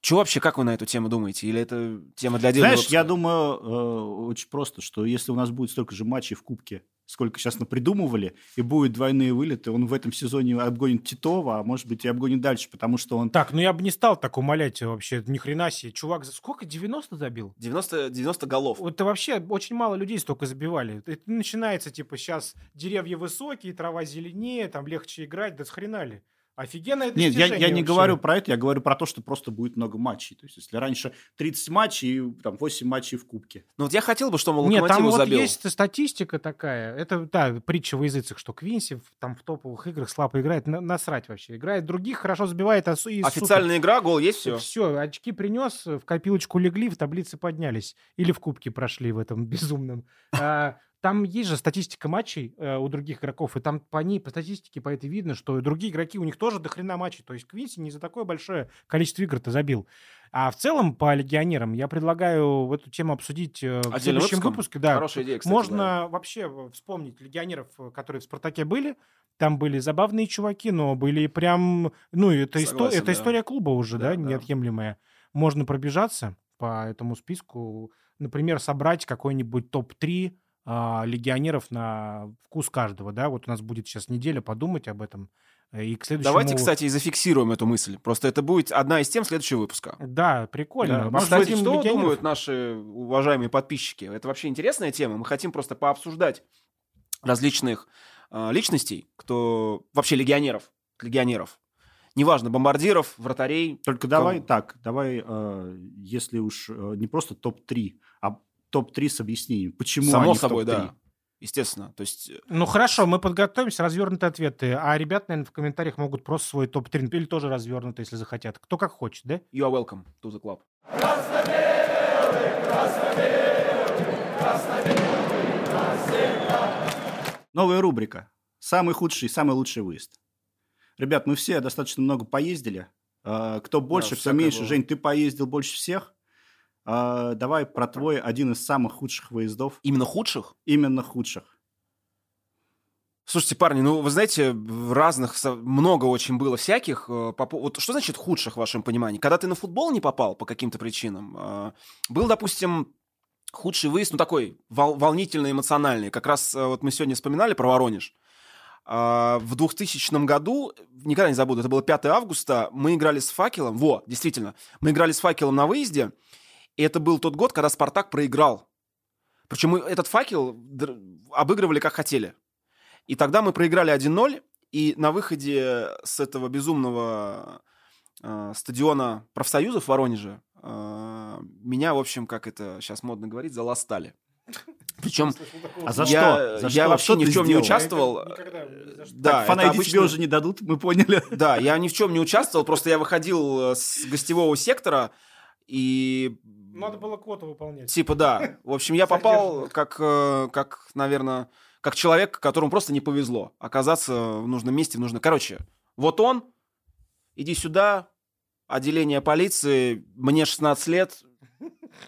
Speaker 1: Че э, вообще, как вы на эту тему думаете? Или это тема для отдельного
Speaker 2: Знаешь,
Speaker 1: выпуска?
Speaker 2: я думаю, э, очень просто, что если у нас будет столько же матчей в Кубке, сколько сейчас напридумывали, и будут двойные вылеты, он в этом сезоне обгонит Титова, а может быть и обгонит дальше, потому что он...
Speaker 3: Так, ну я бы не стал так умолять э, вообще, ни хрена себе. Чувак, за сколько? 90 забил?
Speaker 1: 90, 90 голов.
Speaker 3: Вот это вообще очень мало людей столько забивали. Это начинается, типа, сейчас деревья высокие, трава зеленее, там легче играть, да схрена ли. Офигенно это
Speaker 2: Нет, я, я не говорю про это, я говорю про то, что просто будет много матчей. То есть, если раньше 30 матчей, и там 8 матчей в Кубке.
Speaker 1: Ну вот я хотел бы, чтобы он
Speaker 3: Нет, там
Speaker 1: Локомотиву
Speaker 3: вот
Speaker 1: забил.
Speaker 3: есть статистика такая, это, да, притча во языцах, что Квинси в- там в топовых играх слабо играет, на- насрать вообще. Играет других, хорошо забивает, а су- и супер.
Speaker 1: Официальная игра, гол есть, все.
Speaker 3: Все, очки принес, в копилочку легли, в таблице поднялись. Или в кубке прошли в этом *laughs* безумном. А, Там есть же статистика матчей э, у других игроков, и там по ней, по статистике, по этой видно, что и другие игроки, у них тоже до хрена матчей. То есть Квинси не за такое большое количество игр-то забил. А в целом по легионерам я предлагаю эту тему обсудить э, в
Speaker 1: Отдельным
Speaker 3: следующем
Speaker 1: выпуском?
Speaker 3: выпуске. Да,
Speaker 1: Хорошая идея, кстати.
Speaker 3: можно
Speaker 1: да.
Speaker 3: вообще в- вспомнить легионеров, э, которые в «Спартаке» были. Там были забавные чуваки, но были прям... Ну, это, исто-
Speaker 1: Согласен,
Speaker 3: это
Speaker 1: да.
Speaker 3: история клуба уже, да,
Speaker 1: Да, да.
Speaker 3: неотъемлемая. Можно пробежаться по этому списку. Например, собрать какой-нибудь топ-3 а, легионеров на вкус каждого, да. Вот у нас будет сейчас неделя подумать об этом. Э, И к следующему...
Speaker 1: Давайте, кстати, и зафиксируем эту мысль. Просто это будет одна из тем следующего выпуска.
Speaker 3: Да, прикольно.
Speaker 2: Да,
Speaker 1: А,
Speaker 2: Может,
Speaker 1: Кстати,
Speaker 3: Обсудим
Speaker 1: что
Speaker 3: легионеров.
Speaker 1: думают наши уважаемые подписчики? Это вообще интересная тема. Мы хотим просто пообсуждать различных э, личностей, кто вообще легионеров, легионеров. Неважно, бомбардиров, вратарей.
Speaker 2: Только давай так, давай, э, если уж э, не просто топ-3, а топ-3 с объяснением, почему
Speaker 1: само
Speaker 2: они в
Speaker 1: собой,
Speaker 2: топ-три.
Speaker 1: да. Естественно. То есть э,
Speaker 3: Ну хорошо, мы подготовимся, развернутые ответы. А ребят, наверное, в комментариях могут просто свой топ-3 или тоже развернутый, если захотят. Кто как хочет, да?
Speaker 1: you are welcome to the club.
Speaker 2: Новая рубрика. Самый худший, самый лучший выезд. Ребят, мы все достаточно много поездили. Э, Кто больше, кто
Speaker 1: всякое
Speaker 2: меньше.
Speaker 1: было.
Speaker 2: Жень, ты поездил больше всех. Э, Давай про твой один из самых худших выездов.
Speaker 1: Именно худших?
Speaker 2: Именно худших.
Speaker 1: Слушайте, парни, ну вы знаете, в разных со- много очень было всяких. э, по пов- Вот что значит худших в вашем понимании? Когда ты на футбол не попал по каким-то причинам, э, был, допустим, худший выезд, ну такой вол- волнительный, эмоциональный. Как раз э, вот мы сегодня вспоминали про Воронеж. А, В 2000 году, никогда не забуду, это было 5 августа, мы играли с «Факелом». Во, действительно, мы играли с «Факелом» на выезде, и это был тот год, когда «Спартак» проиграл. Причем мы этот «Факел» др- обыгрывали как хотели. И тогда мы проиграли 1-0, и на выходе с этого безумного э, стадиона профсоюзов в Воронеже э, меня, в общем, как это сейчас модно говорить, заластали. Причем
Speaker 2: А за
Speaker 1: я,
Speaker 2: что? За
Speaker 1: я
Speaker 2: что?
Speaker 1: вообще
Speaker 2: Что
Speaker 1: ни в
Speaker 2: ты
Speaker 1: чем не
Speaker 2: сделал?
Speaker 1: участвовал.
Speaker 3: Никогда, ни за что.
Speaker 1: Да,
Speaker 2: так,
Speaker 1: это
Speaker 2: фанайди тебе
Speaker 1: обычно-
Speaker 2: уже не дадут, мы поняли.
Speaker 1: Да, я ни в чем не участвовал, просто я выходил э, с гостевого сектора и...
Speaker 3: Надо было квоту выполнять.
Speaker 1: Типа, да. В общем, я попал как, э, как, наверное, как человек, которому просто не повезло оказаться в нужном месте, в нужном... Короче, вот он, иди сюда, отделение полиции, мне 16 лет,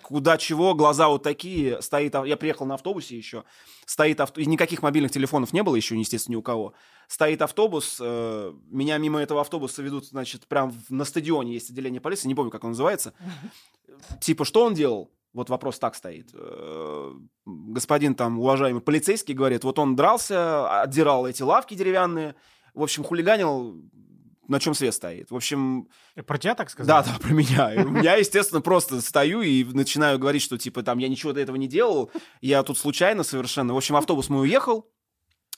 Speaker 1: куда чего, глаза вот такие, стоит... ав- Я приехал на автобусе еще, стоит автобус, никаких мобильных телефонов не было еще, естественно, ни у кого. Стоит автобус, э, меня мимо этого автобуса ведут, значит, прям в- на стадионе есть отделение полиции, не помню, как он называется. Типа, что он делал? Вот вопрос так стоит. Э, Господин там, уважаемый полицейский, говорит, вот он дрался, отдирал эти лавки деревянные, в общем, хулиганил, на чем свет стоит. В общем,
Speaker 3: Типа, Про тебя так сказать?
Speaker 1: да, *laughs* да, про меня. И у меня, естественно, просто стою и начинаю говорить, что типа там я ничего до этого не делал, я тут случайно совершенно. В общем, автобус мой уехал.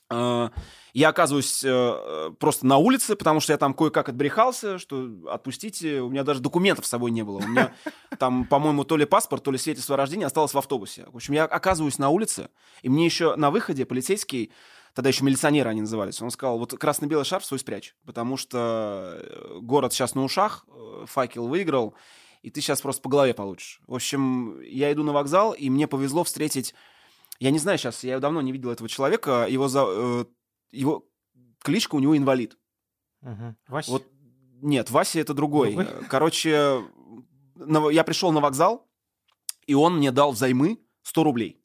Speaker 1: Э, Я оказываюсь э, э, просто на улице, потому что я там кое-как отбрехался, что отпустите, у меня даже документов с собой не было. У меня там, по-моему, то ли паспорт, то ли свидетельство о рождении осталось в автобусе. В общем, я оказываюсь на улице, и мне еще на выходе полицейский, тогда еще милиционеры они назывались, он сказал, вот красно-белый шарф свой спрячь, потому что э, город сейчас на ушах, э, факел выиграл, и ты сейчас просто по голове получишь. В общем, я иду на вокзал, и мне повезло встретить... Я не знаю сейчас, я давно не видел этого человека, его, за... э, его кличка у него инвалид.
Speaker 3: Мгм. Вась,
Speaker 1: Вот нет, Вася это другой.
Speaker 3: Другой?
Speaker 1: Э, Короче, на- я пришел на вокзал, и он мне дал взаймы 100 рублей.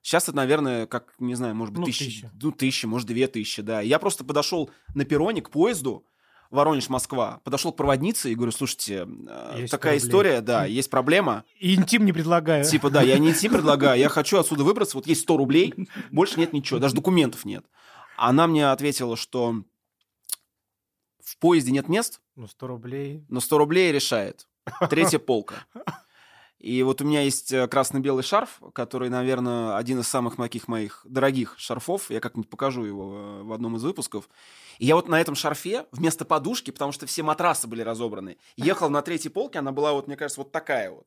Speaker 1: Сейчас это, наверное, как, не знаю, может быть,
Speaker 3: Ну,
Speaker 1: тысячи,
Speaker 3: тысяча.
Speaker 1: ну, тысяча, может, две тысячи, да. И Я просто подошел на перроне к поезду, Воронеж-Москва, подошел к проводнице и говорю, слушайте, э,
Speaker 3: Есть
Speaker 1: такая
Speaker 3: проблема.
Speaker 1: история, да, есть проблема.
Speaker 3: И интим не предлагаю.
Speaker 1: Типа, да, я не идти предлагаю, я хочу отсюда выбраться, вот есть 100 рублей, больше нет ничего, даже документов нет. Она мне ответила, что в поезде нет мест,
Speaker 3: Ну, 100 рублей.
Speaker 1: но 100 рублей решает. Третья полка. И вот у меня есть э, красно-белый шарф, который, наверное, один из самых таких моих дорогих шарфов. Я как-нибудь покажу его э, в одном из выпусков. И я вот на этом шарфе вместо подушки, потому что все матрасы были разобраны, ехал на третьей полке, она была вот, мне кажется, вот такая вот.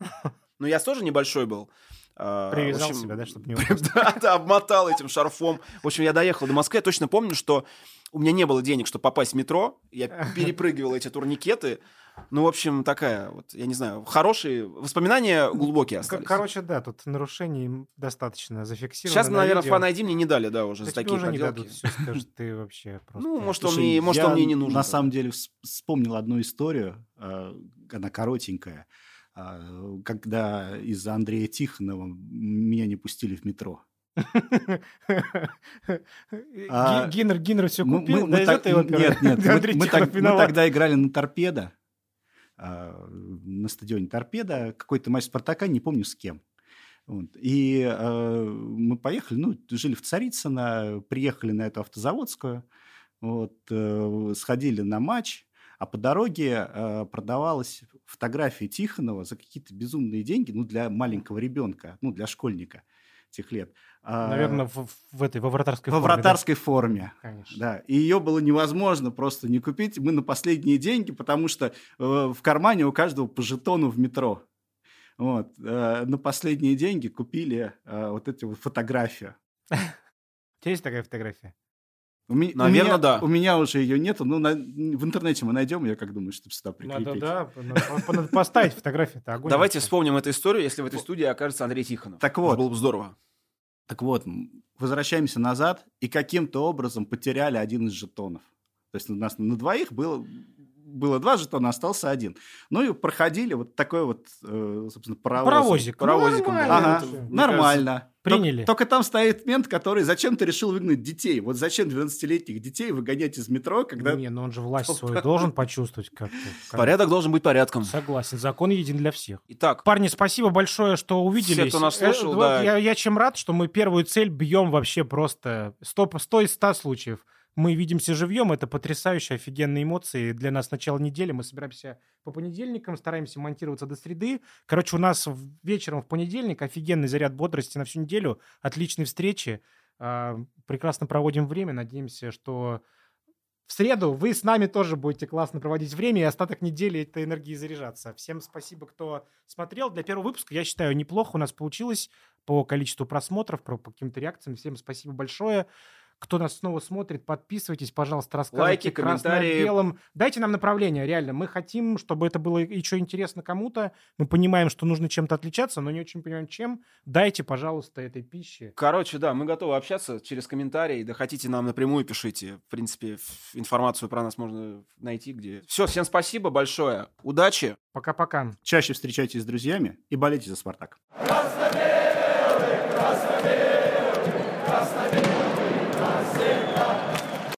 Speaker 1: Но я тоже небольшой был. А, в
Speaker 3: Привязал
Speaker 1: общем,
Speaker 3: себя,
Speaker 1: *laughs*
Speaker 3: да, чтобы не
Speaker 1: прям, да, да, обмотал этим шарфом. В общем, я доехал до Москвы. Я точно помню, что у меня не было денег, чтобы попасть в метро.
Speaker 3: *laughs*
Speaker 1: Я перепрыгивал эти турникеты. Ну, в общем, такая вот, я не знаю, хорошие воспоминания глубокие
Speaker 3: Ну, Кор-
Speaker 1: остались.
Speaker 3: Короче, да, тут нарушений достаточно зафиксировано.
Speaker 1: Сейчас, наверное,
Speaker 3: видео.
Speaker 1: фан ID мне не дали, да, уже
Speaker 3: Да
Speaker 1: за
Speaker 3: тебе
Speaker 1: такие
Speaker 3: уже не
Speaker 1: проделки.
Speaker 3: дадут, все скажут, ты вообще
Speaker 1: *laughs*
Speaker 3: просто...
Speaker 1: Ну, может, он
Speaker 2: Слушай,
Speaker 1: мне, может,
Speaker 2: я
Speaker 1: он мне и не нужен.
Speaker 2: На
Speaker 1: был.
Speaker 2: самом деле вс- вспомнил одну историю, э, она коротенькая, э, когда из-за Андрея Тихонова меня не пустили в метро. А,
Speaker 3: Ги- Гиннер, Гиннер все
Speaker 2: Мы-
Speaker 3: купил,
Speaker 2: мы-
Speaker 3: да
Speaker 2: мы
Speaker 3: из
Speaker 2: так-
Speaker 3: этой оперы.
Speaker 2: Нет,
Speaker 3: *laughs*
Speaker 2: нет, мы-
Speaker 3: Андрей
Speaker 2: мы
Speaker 3: Чехов
Speaker 2: так- мы
Speaker 3: виноват.
Speaker 2: тогда играли на торпедо, а, на стадионе торпедо, какой-то матч Спартака, не помню с кем. Вот. И э, мы поехали, ну, жили в Царицыно, приехали на эту автозаводскую, вот, э, сходили на матч, а по дороге э, продавалась фотография Тихонова за какие-то безумные деньги, ну, для маленького ребенка, ну, для школьника тех лет. А,
Speaker 3: Наверное, в, в этой, во вратарской
Speaker 2: во
Speaker 3: форме, да?
Speaker 2: вратарской форме.
Speaker 3: Конечно.
Speaker 2: Да, и ее было невозможно просто не купить. Мы на последние деньги, потому что э, в кармане у каждого по жетону в метро. Вот, э, на последние деньги купили э, вот эти вот фотографию.
Speaker 3: У тебя есть такая фотография?
Speaker 2: У ме- у
Speaker 1: Наверно,
Speaker 2: меня-
Speaker 1: да.
Speaker 2: У меня уже ее нету, но на- в интернете мы найдем ее, как думаешь, чтобы сюда прикрепить.
Speaker 3: да, *laughs* надо поставить фотографию.
Speaker 1: Давайте вспомним эту историю, если в этой студии окажется Андрей Тихонов.
Speaker 2: Так вот.
Speaker 1: Было бы здорово.
Speaker 2: Так вот, м, возвращаемся назад и каким-то образом потеряли один из жетонов. То есть у нас на двоих было, было два жетона, остался один. Ну и проходили вот такой вот, э, собственно, паровоз.
Speaker 3: Паровозик. Ну,
Speaker 1: Паровозиком, да.
Speaker 2: Ага,
Speaker 1: Мне кажется,
Speaker 2: нормально.
Speaker 3: приняли.
Speaker 2: Тол- Только там стоит мент, который зачем-то решил выгнать детей. Вот зачем 12-летних детей выгонять из метро, когда...
Speaker 3: Не, но он же власть свою должен почувствовать как-то. Как-
Speaker 1: Порядок должен быть порядком.
Speaker 3: Согласен, закон един для всех.
Speaker 1: Итак,
Speaker 3: Парни, спасибо большое, что увиделись.
Speaker 1: Все, кто нас
Speaker 3: Э,
Speaker 1: слушал,
Speaker 3: вот
Speaker 1: да.
Speaker 3: я, я чем рад, что мы первую цель бьем вообще просто 100, 100 из 100 случаев. Мы видимся живьем, это потрясающе офигенные эмоции. Для нас начало недели, мы собираемся по понедельникам, стараемся монтироваться до среды. Короче, у нас в- вечером в понедельник офигенный заряд бодрости на всю неделю, отличные встречи. А, Прекрасно проводим время, надеемся, что в среду вы с нами тоже будете классно проводить время и остаток недели этой энергии заряжаться. Всем спасибо, кто смотрел. Для первого выпуска, я считаю, неплохо у нас получилось по количеству просмотров, про, по каким-то реакциям. Всем спасибо большое. Кто нас снова смотрит, подписывайтесь, пожалуйста, рассказывайте
Speaker 1: Лайки, комментарии.
Speaker 3: белым. Дайте нам направление, реально. Мы хотим, чтобы это было еще интересно кому-то. Мы понимаем, что нужно чем-то отличаться, но не очень понимаем, чем. Дайте, пожалуйста, этой пищи.
Speaker 1: Короче, да, мы готовы общаться через комментарии. Да хотите нам напрямую пишите. В принципе, ф- информацию про нас можно найти где. Все, всем спасибо большое. Удачи.
Speaker 3: Пока-пока.
Speaker 2: Чаще встречайтесь с друзьями и болейте за «Спартак».
Speaker 4: Красно-белый, красно-белый, красно-белый.